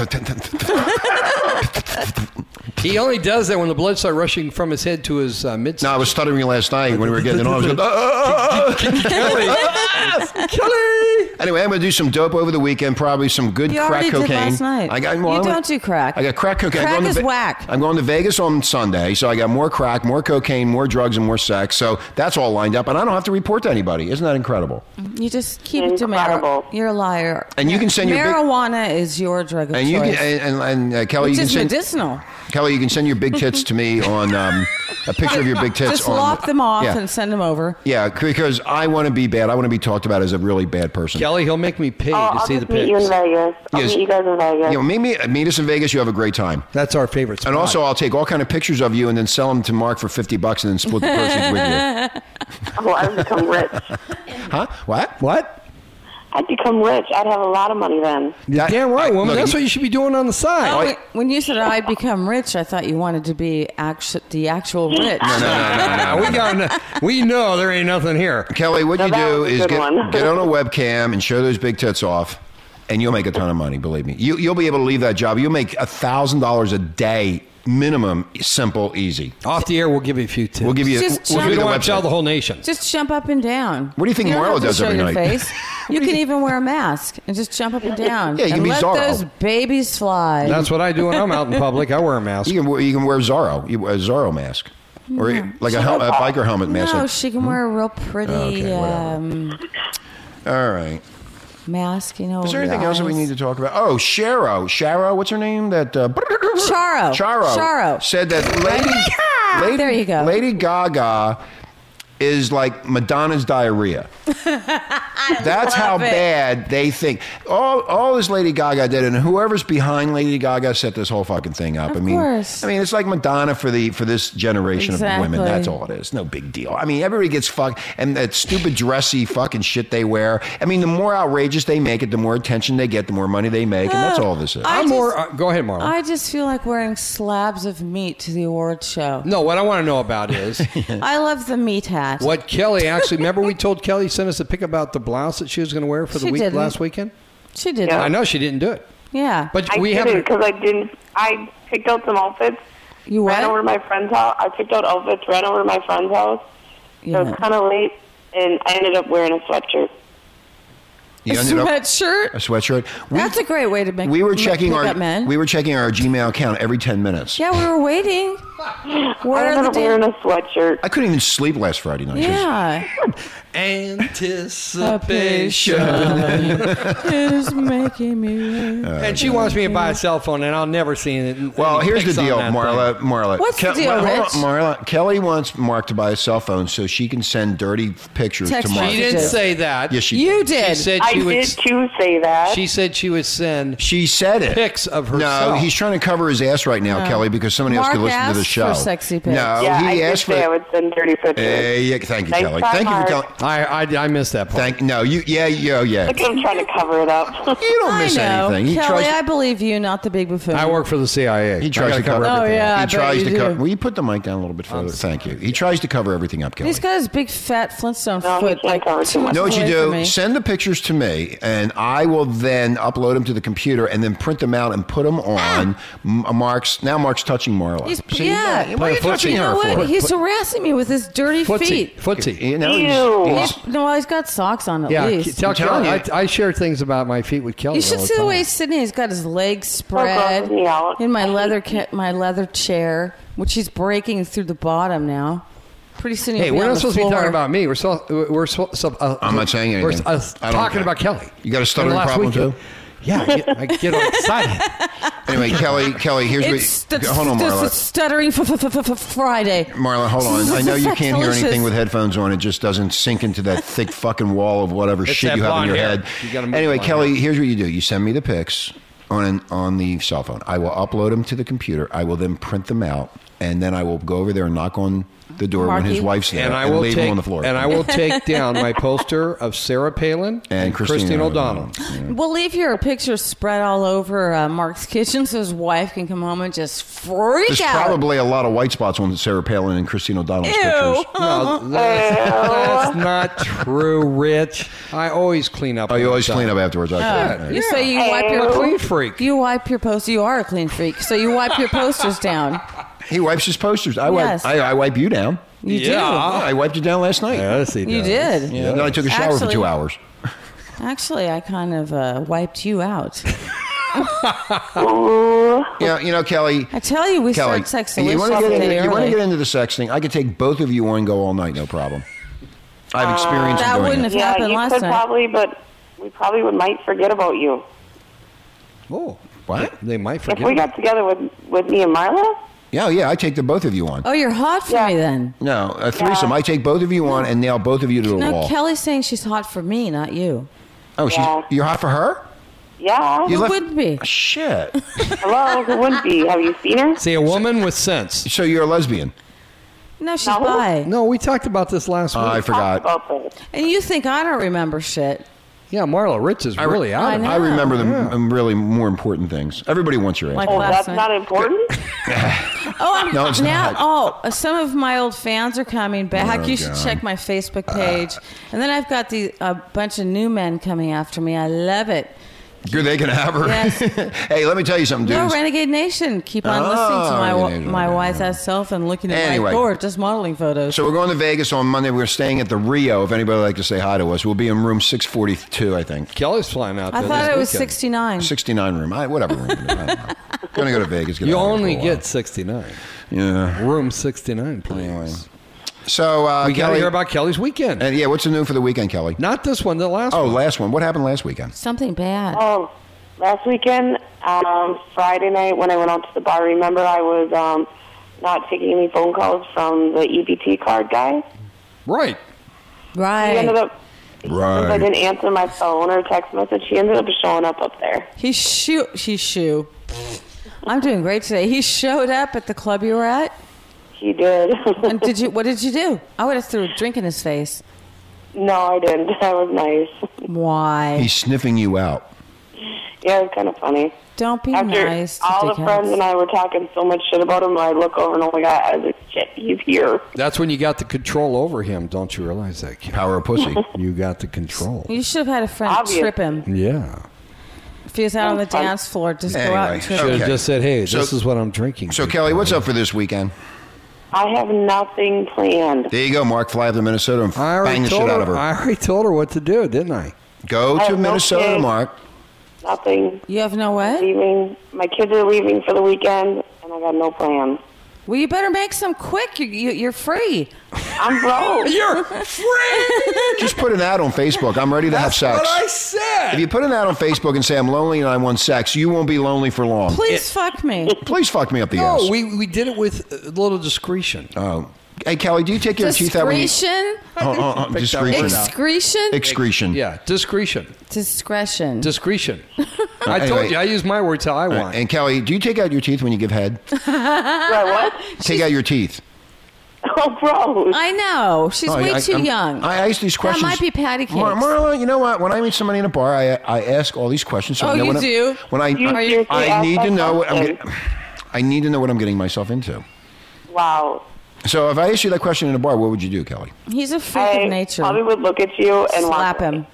G: He only does that when the blood starts rushing from his head to his uh, midsection.
E: No, I was stuttering last night when we were getting it on. I was going, "Ah, ah, ah." Anyway, I'm going to do some dope over the weekend, probably some good
F: You
E: crack
F: already did
E: cocaine.
F: last night.
E: I got, well,
F: You
E: I'm-
F: don't do crack.
E: I got crack cocaine. I'm
F: Crack
E: going to
F: is
E: Ve-
F: whack.
E: I'm going to Vegas on Sunday, so I got more crack, more cocaine, more drugs, and more sex. So that's all lined up, and I don't have to report to anybody. Isn't that incredible?
F: You just keep it to
J: Incredible.
F: marijuana. You're a liar.
E: And you can send your big-
F: marijuana is your drug of
E: And you
F: choice.
E: can, and, and, and uh, Kelly,
F: which
E: you can
F: is
E: send
F: medicinal.
E: Kelly, you can send your big tits to me on um, a picture of your big tits.
F: Just
E: on-
F: lop them off
E: Yeah.
F: and send them over.
E: Yeah, c- because I want to be bad. I want to be talked about as a really bad person.
G: Kelly, he'll make me pay
J: I'll,
G: to
J: Oh, I'll
G: see the
J: just meet you in
G: pics.
J: Vegas. I'll
E: Yes.
J: meet you guys in Vegas.
E: You know, meet me, meet us in Vegas. You have a great time.
G: That's our favorite. Spot.
E: And also, I'll take all kind of pictures of you and then sell them to Mark for fifty bucks, and then split the proceeds with
J: oh, I've become rich.
E: you. Huh? What?
G: what?
J: I'd become rich. I'd have a lot of money then.
E: Yeah,
G: Damn right, woman.
E: look, Oh,
G: That's what you should be doing on the side.
F: When- Oh, When you said I'd become rich, I thought you wanted to be actu- the actual rich.
G: Now, we got. no- We know there ain't nothing here.
E: Kelly, what
J: Now
E: you
J: that
E: do
J: was a
E: is
J: good
E: get,
J: one.
E: get on a webcam and show those big tits off, and you'll make a ton of money. Believe me, you, you'll be able to leave that job. You'll make a thousand dollars a day minimum, simple, easy.
G: Off the air, we'll give you a few tips.
E: We'll give you.
F: Just jump-
E: we'll give
G: We
E: you the
G: don't want to tell
E: website.
G: the whole nation.
F: Just jump up and down.
E: What do you think
F: don't
E: Marlo
F: have to
E: does
F: show
E: every
F: your
E: night?
F: Face. You can even wear a mask and just jump up and down.
E: Yeah, you can
F: and
E: be
F: let
E: Zorro.
F: those babies fly.
G: That's what I do when I'm out in public. I wear a mask.
E: You can wear, you can wear Zorro, you, a Zorro mask, or like a, hel- a biker helmet mask.
F: no,
E: like-
F: she can wear a real pretty
E: Hmm? Oh, Okay,
F: um,
E: whatever. All right.
F: mask. You know.
E: Is there
F: over
E: anything
F: the
E: else that we
F: eyes.
E: need to talk about? Oh, Sharo, Sharo, what's her name? That uh,
F: Charo.
E: Charo,
F: Charo. Oh
E: said that Lady, Lady,
F: There you go.
E: Lady Gaga is like Madonna's diarrhea. That's how
F: love it.
E: bad they think. All, all this Lady Gaga did, and whoever's behind Lady Gaga set this whole fucking thing up. I
F: Of
E: mean,
F: course.
E: I mean, it's like Madonna for the for this generation of women.
F: Exactly.
E: That's all it is. No big deal. I mean, everybody gets fucked, and that stupid dressy fucking shit they wear. I mean, the more outrageous they make it, the more attention they get, the more money they make, and that's all this is.
F: I
G: I'm
F: just-
G: more. Uh, go ahead, Marlon.
F: I just feel like wearing slabs of meat to the award show.
G: no, what I want to know about is
F: I love the meat hat.
G: what Kelly actually. Remember, we told Kelly sent us a pic about the blouse that she was going to wear for the
F: She
G: week
F: didn't.
G: last weekend.
F: She did.
G: I
F: Yeah.
G: know she didn't do it,
F: yeah.
G: but
J: I
G: we
J: didn't
G: haven't.
J: because I didn't. I picked out some outfits.
F: You
J: Ran
F: what?
J: over to my friend's house. I picked out outfits. Ran over to my friend's house. It
F: Yeah.
J: was kind of late, and I ended up wearing a sweatshirt.
E: You
F: a
E: ended up- a
F: sweatshirt.
E: sweatshirt. We,
F: That's a great way to make.
E: we were
F: make-
E: checking
F: pick
E: our
F: up men.
E: we were checking our Gmail account every ten minutes.
F: yeah, we were waiting.
J: I
F: Where are
J: ended
F: the
J: up wearing
F: damn?
J: a sweatshirt.
E: I couldn't even sleep last Friday night. 'cause-
F: Yeah. is making me.
G: And she wants me to buy a cell phone, and I'll never see it.
E: Well, here's the deal, Marla. Marla,
F: What's the deal,
E: hold on,
F: Rich?
E: Marla, Kelly wants Mark to buy a cell phone so she can send dirty pictures
F: Text
E: to Mark.
G: She didn't
F: Yeah.
G: say that.
E: Yes, she.
F: You
E: did.
G: She
F: did.
G: said
J: I
G: she would.
J: did too say that.
G: She said she would send.
E: She said it.
G: Pics of
E: No,
G: herself.
E: he's trying to cover his ass right now, Kelly, because somebody else
F: Mark
E: could listen to the
F: asked
E: show.
F: for sexy pics.
E: No,
J: yeah, I
E: oh, he
J: did
E: asked for.
J: say I would send dirty pictures.
E: Eh, yeah, thank you,
J: Thanks,
E: Kelly.
J: bye,
E: Thank you for
J: Mark.
E: telling.
G: I, I I missed that part.
E: Thank. No, you. Yeah, yeah, yeah.
J: Look at him trying to cover it up.
E: You don't miss
F: I know.
E: anything. He
F: Kelly,
E: tries.
F: I believe you, not the big buffoon.
G: I work for the CIA.
E: he
G: I
E: tries to
G: gotta
E: cover.
F: cover everything Oh,
E: everything
F: yeah,
E: up.
F: up.
E: He
F: I bet
E: tries
F: you
E: to cover.
F: do.
E: Will you put the mic down a little bit
G: Um,
E: further? Thank you. He tries to cover everything up, Kelly.
F: He's got his big fat Flintstone
J: No, he
F: foot.
J: can't
F: Like,
J: cover
F: two
J: too much.
F: inches
E: Know what you
F: away from
E: do?
F: me.
E: Send the pictures to me, and I will then upload them to the computer, and then print them out and put them on M- Mark's. Now Mark's touching Marla.
F: Ah. He's,
E: See?
F: yeah.
E: Why are you
G: Play a footsie.
E: touching
F: You know
E: her
F: what?
E: for?
F: He's harassing me with his dirty
G: Footsie.
F: feet.
G: Footsie.
E: You know,
J: Ew.
E: he's- he's-
F: He's- no, he's got socks on at
G: Yeah,
F: least.
G: tell
E: I'm telling
G: Kelly. I,
E: you.
G: I share things about my feet with Kelly.
F: you should
G: all
F: see the
G: time.
F: way Sydney has got his legs spread
J: grosses me out.
F: in my leather ca- my leather chair, which he's breaking through the bottom now. Pretty soon, he'll
G: Hey,
F: be
G: we're
F: on
G: not
F: the
G: supposed
F: floor.
G: to be talking about me. We're so, we're so, so, uh,
E: I'm not saying
G: We're
E: anything.
G: uh,
E: I don't
G: talking
E: care.
G: about Kelly.
E: You got a stuttering
G: And last
E: problem,
G: weekend-
E: too?
G: Yeah, I get, I get all excited.
E: anyway, Kelly. Kelly, here's
F: It's
E: what.
F: st-
E: hold on,
F: st-
E: Marla.
F: st- stuttering f- f- f- f- Friday.
E: Marla, hold on. I know you can't hear
F: Delicious.
E: anything with headphones on. It just doesn't sink into that thick fucking wall of whatever
G: It's
E: shit
G: that
E: you have in
G: blonde
E: your
G: hair.
E: head.
G: You gotta move
E: anyway,
G: blonde
E: Kelly,
G: hair.
E: here's what you do. You send me the pics on an, on the cell phone. I will upload them to the computer. I will then print them out, and then I will go over there and knock on the door when his
F: Marky.
E: wife's there,
G: and I will
E: leave
G: take
E: him on the floor.
G: and I will take down my poster of Sarah Palin
E: and Christine,
G: Christine O'Donnell.
F: We'll leave your pictures spread all over uh, Mark's kitchen so his wife can come home and just freak
E: There's
F: out.
E: probably a lot of white spots on Sarah Palin and Christine O'Donnell's pictures.
G: No, that's, that's not true, Rich. I always clean up.
E: Oh, you
G: on
E: always
G: the
E: clean
G: side.
E: up afterwards.
F: Uh,
E: Okay.
F: You say you wipe
G: I'm
F: your
G: a clean freak.
F: You wipe your post. You are a clean freak, so you wipe your posters down.
E: He wipes his posters. I wipe.
F: Yes.
E: I, I wipe you down.
F: You
G: Yeah.
E: I wiped you down last night.
G: Yes, he
F: do. You
G: does.
F: did.
E: Yeah. Then I took a shower for
F: Actually-
E: two hours.
F: Actually, I kind of uh, wiped you out.
E: Yeah, you know, Kelly.
F: I tell you, we
E: Kelly,
F: start sex
E: you want to get into you want to
F: early.
E: get into the sex thing? I could take both of you on go all night, no problem. I've experienced
F: Oh, That
E: doing
F: wouldn't
E: it.
F: have
J: yeah,
F: happened
J: you
F: last
J: could
F: night.
J: probably, but we probably would might forget about you
G: Oh,
E: What?
G: They might
J: if
G: forget.
J: we got together with with me and Marla.
E: Yeah, yeah, I take the both of you on.
F: Oh, you're hot for me then.
E: No, a threesome. I take both of you on and nail both of you to the
F: No,
E: wall.
F: Kelly's saying she's hot for me, not you.
E: oh, she's
J: Yeah.
E: you're hot for her?
J: Yeah.
E: You
F: Who
E: left-
F: wouldn't be?
E: Shit.
J: Hello, who wouldn't be? Have you seen her?
G: See, a woman with sense.
E: so you're a lesbian?
F: No, she's
J: No.
F: bi.
G: No, we talked about this last
E: Uh, I
G: week.
E: forgot.
J: Talk about this.
F: And you think I don't remember shit?
G: yeah, Marla Ritz is really out.
F: I
G: of
F: know.
G: it.
E: I remember the um, really more important things. Everybody wants your answer.
F: Like
J: Oh,
F: last
J: that's
F: night.
J: not important?
F: Oh, I'm,
E: No, it's
F: now.
E: not.
F: Oh, uh, some of my old fans are coming back.
E: Oh,
F: you should
E: God.
F: check my Facebook page. and then I've got the, a bunch of new men coming after me. I love it.
E: You're they can have her.
F: Yes.
E: hey, let me tell you something,
F: No,
E: dudes.
F: Oh, Renegade Nation. Keep on
E: Oh,
F: listening
E: Renegade
F: to my my
E: Nation.
F: wise ass self and looking at
E: Anyway.
F: my door, just modeling photos.
E: so we're going to Vegas on Monday. We're staying at the Rio. If anybody would like to say hi to us, we'll be in room 642, I think.
G: Kelly's flying out.
F: I
G: there
F: thought
G: this
F: it was
G: weekend.
F: 69.
E: 69 room. I, whatever room. it is, I don't know. Gonna go to Vegas. get
G: You
E: out of here for
G: only
E: a while.
G: get 69.
E: yeah.
G: Room 69, please.
E: Anyway. So uh,
G: We got to
E: Kelly,
G: hear about Kelly's weekend.
E: and yeah, what's the new for the weekend, Kelly?
G: Not this one, the last
E: Oh,
G: one.
E: last one. What happened last weekend?
F: Something bad.
J: Oh, last weekend, um, Friday night when I went out to the bar, remember I was um, not taking any phone calls from the EBT card guy?
G: Right.
J: He ended
F: Right.
J: up, since I didn't answer my phone or text message, he ended up showing up up there.
F: He shoot. He shoe. I'm doing great today. He showed up at the club you were at.
J: He did.
F: And did you? What did you do? I would have threw a drink in his face.
J: no, I didn't. That was nice.
F: Why?
E: He's sniffing you out.
J: Yeah, it was kind of funny.
F: Don't be
J: After
F: nice. to
J: all the
F: dickheads.
J: friends and I were talking so much shit about him, I look over and oh my god, I was like, shit, he's here.
G: That's when you got the control over him. Don't you realize that, Kelly?
E: Power of pussy.
G: You got the control.
F: You should have had a friend
J: Obvious.
F: trip him.
G: Yeah.
F: If he was out on the dance floor, just go out
E: Anyway,
F: and trip
E: Okay.
G: Should
F: him.
G: have just said, hey,
E: So-
G: this is what I'm drinking.
E: So Kelly, what's up for this weekend?
J: I have nothing planned.
E: There you go, Mark. Fly up to Minnesota and
G: I
E: bang
G: already,
E: the
G: told
E: shit
G: her,
E: out of her.
G: I already told her what to do, didn't I?
E: go
J: I
E: to
J: have no
E: Minnesota,
J: kids.
E: Mark.
J: Nothing.
F: You have no what?
J: Leaving. My kids are leaving for the weekend, and I got no plans.
F: Well, you better make some quick. You, you, you're free.
J: I'm broke.
I: You're free.
E: Just put an ad on Facebook. I'm ready to have
I: That's
E: sex.
I: what I said.
E: if you put an ad on Facebook and say I'm lonely and I want sex, you won't be lonely for long. Please,
F: Please fuck me.
E: fuck me up the
G: No,
E: ass.
G: we, we did it with a little discretion.
E: oh. Hey Kelly, do you take your teeth out when you
F: Discretion.
E: uh, uh, uh,
G: Pick that word
E: discretion?
G: out.
F: Excretion.
E: Excretion.
G: Yeah, discretion.
F: Discretion.
G: Discretion. I
E: Anyway.
G: told you, I use my words how I
E: Uh,
G: want.
E: And Kelly, do you take out your teeth when you give head?
J: Right, what?
E: take out your teeth.
J: Oh, bro.
F: I know. She's
E: Oh,
F: way
E: I-
F: too
E: I'm-
F: young.
E: I ask these questions.
F: That might be patty cakes.
E: Mar- Marla, you know what? When I meet somebody in a bar, I, I ask all these questions. So
F: Oh,
E: I know
F: you
E: when I'm-
F: do?
E: when I,
J: You
E: I,
J: seriously
E: I
J: ask
E: need to
J: that
E: know what I'm.
J: question?
E: Get, I need to know what I'm getting myself into.
J: Wow.
E: So if I asked you that question in a bar, what would you do, Kelly?
F: He's a freak
J: I
F: of nature.
J: probably would look at you and walk
F: Slap
J: away.
F: him.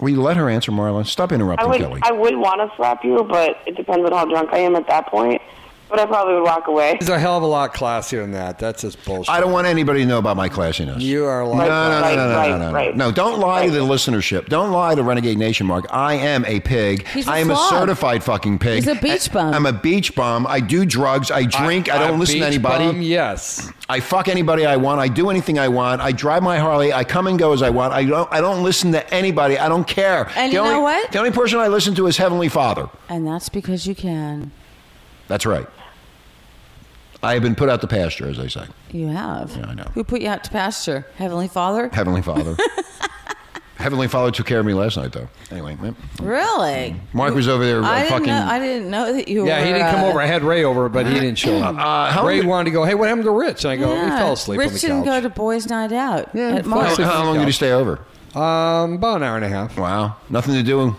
E: Will you let her answer, Marla? Stop
J: I
E: interrupting,
J: would.
E: Kelly.
J: I would want to slap you, but it depends on how drunk I am at that point. But I probably would walk away.
G: He's a hell of a lot classier than that. That's just bullshit.
E: I don't want anybody to know about my classiness.
G: You are
E: no, no,
G: lying.
E: no,
J: Right,
E: no, no,
J: right,
E: no, no, no.
J: right.
E: No, don't lie to the listenership. Don't lie to Renegade Nation, Mark. I am a pig.
F: He's a
E: I am
F: slob.
E: a certified fucking pig.
F: He's a beach bum.
E: I'm a beach bum. I do drugs. I drink. I, don't
G: I'm
E: listen to
G: beach
E: anybody.
G: bum, yes.
E: I fuck anybody I want. I do anything I want. I drive my Harley. I come and go as I want. I don't. I don't listen to anybody. I don't care.
F: And
E: the
F: you know
E: only,
F: what?
E: The only person I listen to is Heavenly Father.
F: And that's because you can.
E: That's right. I have been put out to pasture, as I say.
F: You have.
E: Yeah, I know.
F: Who put you out to pasture? Heavenly Father?
E: Heavenly Father. Heavenly Father took care of me last night, though. Anyway, yep.
F: Really?
E: Mark was over there uh,
F: I didn't
E: fucking.
F: know. I didn't know that you.
G: Yeah,
F: were,
G: he didn't come
F: uh,
G: over. I had Ray over, but he didn't show up.
E: Uh, how
G: Ray
E: long-
G: wanted to go, hey, what happened to Rich? And I go, he
F: yeah.
G: fell asleep
F: Rich
G: on the
F: didn't go
G: couch.
F: to boys' night out.
G: Yeah,
F: at
G: he fell
F: Mark's.
G: asleep.
E: how long did he stay over?
G: um, about an hour and a half.
E: Wow, nothing to do.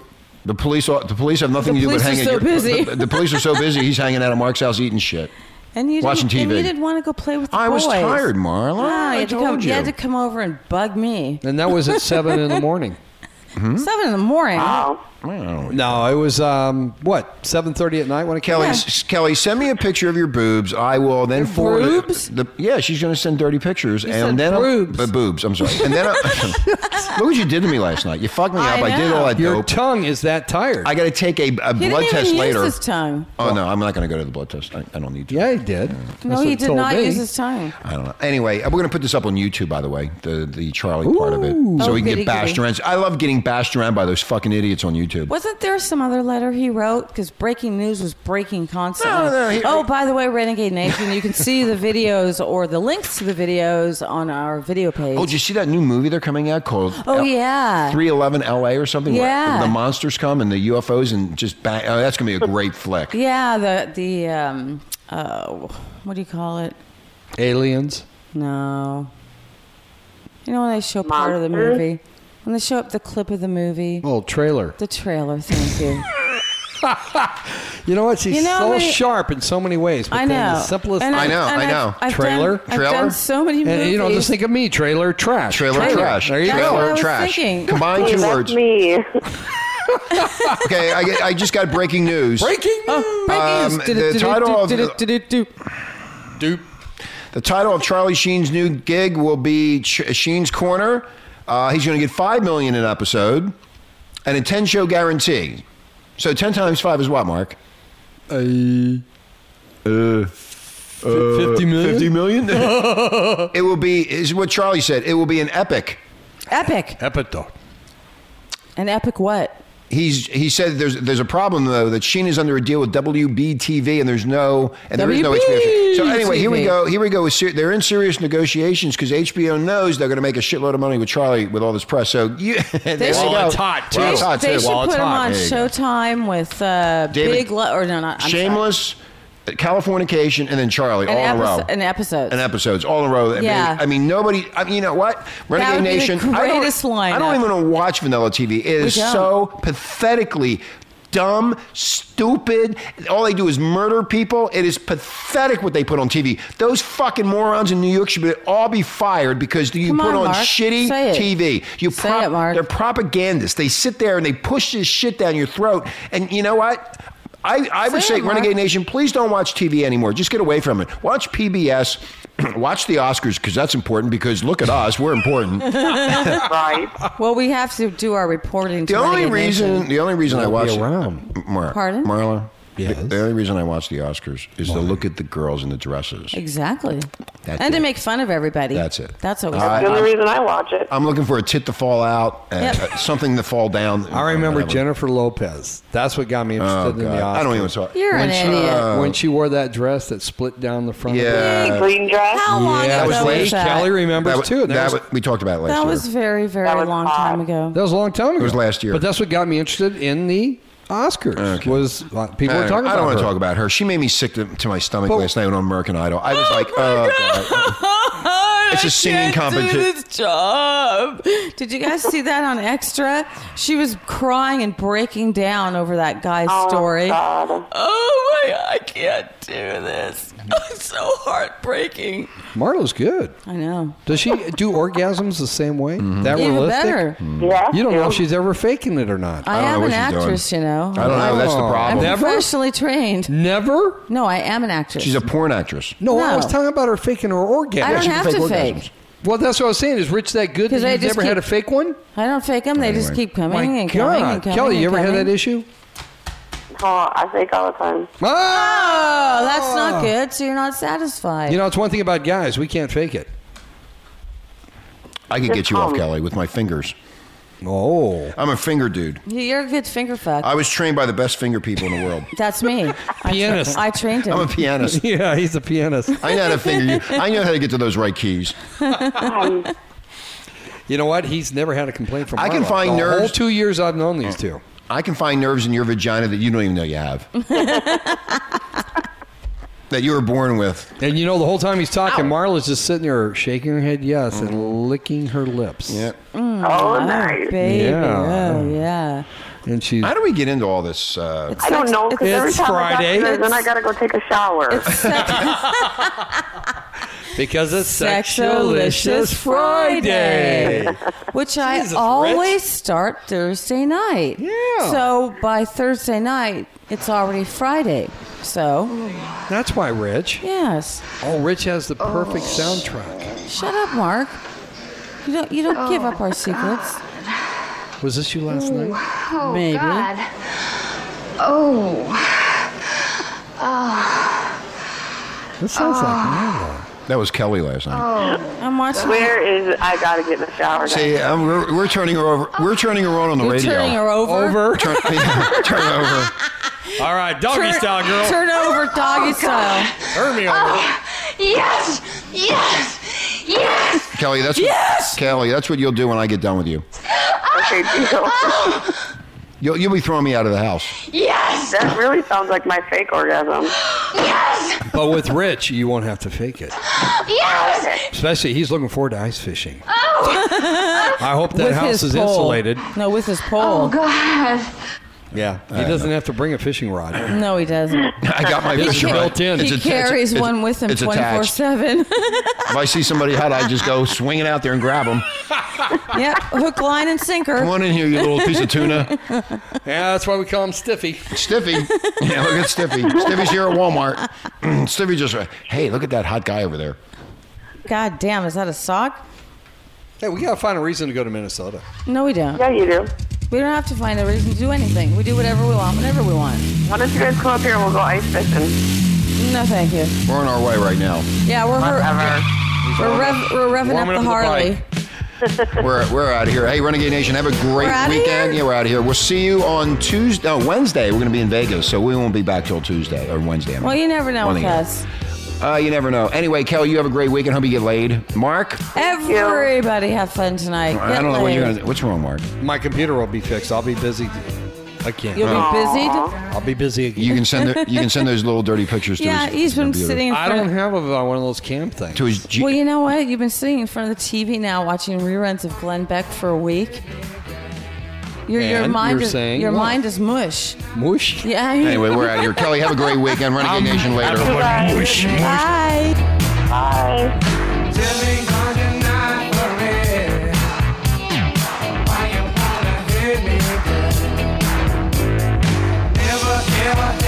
E: The police. The police have nothing
F: The
E: to do but
F: police are
E: hang at
F: so
E: your-
F: busy.
E: The, the police are so busy. He's hanging out at Mark's house eating shit.
F: And you
E: Watching
F: didn't, And
E: TV.
F: you didn't want to go play with the
E: I
F: boys.
E: was tired, Marla.
F: No, you
E: I
F: had, to come,
E: told
F: you.
E: you.
F: had to come over and bug me.
G: And that was at 7 in the morning.
E: Hmm?
F: Seven in the morning.
E: Ah,
J: Wow.
F: Oh,
E: Wow.
G: No, it was, um, what, 7.30 at night when it came
E: Kelly, s- Kelly, send me a picture of your boobs. I will then forward it-
F: boobs?
E: The, yeah, she's going to send dirty pictures,
F: said
E: and then I'll-
F: boobs.
E: but boobs. I'm sorry. And then I, look what you did to me last night. You fucked me
F: I
E: up. I did
F: know.
E: all that
G: Your
E: dope.
G: tongue is that tired.
E: I got to take a, a
F: He
E: blood
F: didn't
E: test
F: even
E: later.
F: use his tongue.
E: Oh no, I'm not going to go to the blood test. I, I don't need to.
G: yeah, he did.
F: No, he did not use his tongue.
E: I don't know. Anyway, uh, we're going to put this up on YouTube, by the way, the the Charlie part of it, so
F: Oh,
E: we can
F: goody,
E: get bashed
F: goody.
E: around. I love getting bashed around by those fucking idiots on YouTube. YouTube.
F: Wasn't there some other letter he wrote? Because breaking news was breaking constantly.
E: No, no, he-
F: oh, by the way, Renegade Nation, you can see the videos or the links to the videos on our video page.
E: Oh, did you see that new movie they're coming out called?
F: Oh, yeah.
E: 311 LA or something. where
F: Yeah.
E: the monsters come and the UFOs and just bang. Oh, that's gonna be a great flick.
F: yeah, the the um, uh, what do you call it?
G: Aliens.
F: No. You know when they show part of the
G: Monster?
F: movie, when they show up the clip of the movie,
G: Oh, trailer.
F: the trailer. Thank you.
G: You know what? She's
F: You know how
G: so
F: many-
G: sharp in so many ways. But
F: I
G: then
F: know.
G: The simplest.
F: And
E: I know,
F: and
E: I
F: I've-
E: know.
F: I've
G: Trailer?
F: done, I've
E: Trailer?
F: done so many movies.
G: And, you know, just think of me. Trailer trash.
E: Trailer, trash.
G: There you
F: That's what I
E: trailer
F: was
E: trash.
F: thinking.
E: Combine
J: Hey,
E: two
J: that's
E: words.
J: me.
E: Okay, I, get- I just got breaking news.
G: Breaking news.
E: Um,
F: Oh, Breaking news.
E: the title of-
F: Do-do-do-do-do-do.
G: Doop.
E: The title of Charlie Sheen's new gig will be Ch- Sheen's Corner. Uh, he's going to get five million an episode, and a ten show guarantee. So ten times five is what, Mark?
G: Fifty million.
E: Fifty million. it will be is what Charlie said. It will be an epic.
F: Epic.
G: Epic dog.
F: An epic what?
E: He's he said there's there's a problem though that Sheen is under a deal with WBTV and there's no and there is no HBO. So anyway, here we
F: WBTV.
E: go. Here we go. With ser- they're in serious negotiations because HBO knows they're going to make a shitload of money with Charlie with all this press. So you, there
F: should-
E: you go.
F: Well, it's
G: hot, too.
E: Well,
F: They,
E: it's hot,
F: they
E: too.
F: should
E: Well, it's
F: put him
E: hot.
F: on
E: There you go.
F: Showtime with uh,
E: David,
F: Big Lo- or no, not I'm sorry.
E: Shameless, Californication, and then Charlie
F: An,
E: all in a row.
F: episode, an episode.
E: and episodes all in a row. I mean-
F: Yeah.
E: I mean, nobody. I mean, you know what? Renegade
F: would be the
E: Nation. I don't-
F: greatest
E: I don't
F: lineup.
E: even want to watch Vanilla TV. It is
F: don't.
E: so pathetically dumb, stupid. All they do is murder people. It is pathetic what they put on TV. Those fucking morons in New York should be, all be fired because you
F: Come
E: put
F: on,
E: on,
F: Mark.
E: shitty
F: Say it.
E: TV. You
F: Say it, Mark.
E: They're propagandists. They sit there and they push this shit down your throat. And you know what? I, I would
F: Say
E: say,
F: it, Mark.
E: Renegade Nation, please don't watch TV anymore. Just get away from it. Watch PBS, watch the Oscars because that's important. Because look at us, we're important. the
J: right.
F: well, we have to do our reporting. to
E: only
F: Renegade
E: reason,
F: Nation.
E: the only reason I
G: Won't
E: watch
G: be around.
E: Mar-
F: Pardon?
E: Marla. the-
G: Yes.
E: The only reason I watch the Oscars is to look at the girls in the dresses.
F: exactly,
E: That's
F: and
E: it.
F: to make fun of everybody.
E: That's it.
F: That's always.
E: All right.
J: The only reason I watch it.
E: I'm looking for a tit to fall out and
F: Yep.
E: uh, something to fall down.
G: I remember
E: Whatever.
G: Jennifer Lopez. That's what got me
E: Oh,
G: interested in the
E: God.
G: Oscars.
E: I don't even talk.
F: You're
E: When
F: an
E: she-
F: idiot.
E: uh,
G: when she wore that dress that split down the front. Of
E: Yeah.
G: her.
J: Hey, green dress.
F: How long
G: Yeah,
E: that was
F: ago
E: late.
F: was that?
G: Kelly remembers
E: that, wa-
G: too. That,
E: that
G: was,
E: wa- we talked about it last
F: That
E: year.
F: was very, very
J: That was
F: long
J: hot.
F: time ago.
G: that was a long time ago.
E: was last year.
G: But that's what got me interested in the Oscars. Was uh, people were
E: I don't-
G: talking
E: I
G: about
E: don't want
G: her.
E: to talk about her. She made me sick to, to my stomach
G: But-
E: last night on American Idol. I was like, oh, God. It's a
F: I
E: singing
F: can't do
E: competi-
F: this job. Did you guys see that on Extra? She was crying and breaking down over that guy's
J: Oh,
F: story.
J: God.
F: Oh my! I can't do this. It's so heartbreaking.
G: Marlo's good.
F: I know.
G: Does she do orgasms the same way?
E: Mm-hmm.
G: That
F: Even
G: realistic?
F: better.
J: Yeah.
G: You don't know if she's ever faking it or not.
F: I,
E: Hmm. don't know
F: am an
E: what she's doing.
F: actress, you know.
E: I don't know. That's the
G: Oh.
E: problem.
F: I'm
G: Never?
F: professionally trained.
G: Never.
F: No, I am an actress.
E: She's a porn actress.
G: No, I
F: No.
G: was talking about her faking her orgasm.
F: I don't
E: she can
F: have to
E: orgasms.
F: fake.
G: Well, that's what I was saying. Is Rich that good that
F: 'Cause I
G: you've
F: just
G: never had a
F: keep-
G: fake one?
F: I don't fake them. They just
E: Anyway.
F: keep coming
G: My
F: and coming
G: God,
F: and coming.
G: Kelly, you
F: and
G: ever had
F: coming.
G: that issue?
J: Oh, I think all the time.
G: Ah!
F: Oh, that's
E: Ah.
F: not good. So you're not satisfied.
G: You know, it's one thing about guys. We can't fake it.
E: I could get you off,
J: Tom.
E: Kelly, with my fingers.
G: Oh.
E: I'm a finger dude.
F: You're a good finger fuck.
E: I was trained by the best finger people in the world.
F: That's me.
G: Pianist.
F: I, tra- I trained him.
E: I'm a pianist.
G: Yeah, he's a pianist.
E: I know how to finger you. I know how to get to those right keys.
F: Oh,
G: You know what? He's never had a complaint from
E: I can
G: Marlo.
E: find
G: the
E: nerves-
G: whole two years I've known these two.
E: I can find nerves in your vagina that you don't even know you have. that you were born with.
G: And you know, the whole time he's talking, Marla's just sitting there shaking her head yes and licking her lips.
E: Mm-hmm. Yeah.
J: Oh, nice.
F: Baby.
G: Yeah.
F: Oh, yeah.
G: And she's.
E: How do we get into all this? Uh,
J: I don't know because every
G: It's
J: time
G: Friday.
J: I got to then I gotta go take a shower.
G: Because it's
F: Sexalicious Friday. Which I
G: Jesus,
F: always
G: Rich.
F: start Thursday night.
G: Yeah.
F: So by Thursday night, it's already Friday. So,
G: That's why Rich.
F: yes.
G: Oh, Rich has the perfect
E: Oh.
G: soundtrack.
F: Shut up, Mark. You don't, you don't give up our secrets.
G: Was this you last night?
K: Oh
F: Maybe.
K: God. Oh.
G: That sounds like Marla.
E: That was Kelly last night.
F: I'm watching.
J: Where is I gotta get in the shower?
E: See, um, we're, we're turning her over. We're turning her on on the
F: You're
E: radio.
F: turning her over? Over?
E: Turn, yeah, turn over.
K: All right, doggy
F: turn,
K: style, girl.
F: Turn over, doggy style.
K: Turn me over.
H: Yes! Yes! Yes!
E: Kelly, that's yes! Kelly. That's what you'll do when I get done with you.
J: Okay, deal.
E: You'll, you'll be throwing me out of the house.
J: Yes! That really sounds like my fake orgasm.
G: But with Rich, you won't have to fake it.
H: Yes!
G: Especially, he's looking forward to ice fishing.
H: Oh!
G: I hope that
F: With
G: house
F: his
G: is
F: pole.
G: insulated.
F: No, with his
H: Oh,
F: pole.
H: God.
G: Yeah, he doesn't have to bring a fishing rod.
F: no, he doesn't.
E: I got my
G: It's
E: fishing rod.
G: built in.
E: It's
F: He
E: a- it's a-
F: carries
E: it's a-
F: one with him
E: it's
F: 24
E: attached.
F: 7.
E: If I see somebody hot, I just go swinging out there and grab them.
F: Yep, hook, line, and sinker.
E: Come on in here, you little piece of tuna.
G: Yeah, that's why we call him Stiffy.
E: Stiffy. Yeah, look at Stiffy. Stiffy's here at Walmart. Stiffy just, hey, look at that hot guy over there.
F: God damn, is that a sock?
G: Hey, we gotta find a reason to go to Minnesota.
F: No, we don't.
J: Yeah, you do.
F: We don't have to find a reason to do anything. We do whatever we want, whenever we want.
J: Why don't you guys come up here and we'll go ice fishing?
F: No, thank you.
E: We're on our way right now.
F: Yeah, we're
J: Whatever.
F: we're, rev, we're revving up
G: Warming
F: the Harley.
G: up the bike.
E: We're, we're out of here. Hey, Renegade Nation, have a great
F: We're outta here?
E: weekend. Yeah, we're out of here. We'll see you on Tuesday, no, Wednesday. We're going to be in Vegas, so we won't be back till Tuesday or Wednesday. I mean.
F: well, you never know
E: One
F: with
E: again.
F: us.
E: Uh, you never know. Anyway, Kelly, you have a great weekend. Hope you get laid. Mark,
J: you.
F: Everybody have fun tonight.
E: I
F: Get
E: don't know what
F: laid.
E: you're going to. What's wrong, Mark?
G: My computer will be fixed. I'll be busy again.
F: You'll be busy.
G: I'll be busy again.
E: You can send the, you can send those little dirty pictures.
F: Yeah,
E: to his
F: he's been
E: computer.
F: sitting in
G: I
F: front of
G: don't have a, uh, one of those cam things.
E: to his. G-
F: Well, you know what? You've been sitting in front of the TV now watching reruns of Glenn Beck for a week. Your, your
G: And
F: mind
G: you're
F: is,
G: saying
F: your
G: what?
F: mind is mush.
G: Moosh.
F: Yeah.
E: anyway, we're out of here. Kelly, have a great weekend. Renegade Nation later.
F: Bye.
J: Bye.
I: Never, ever,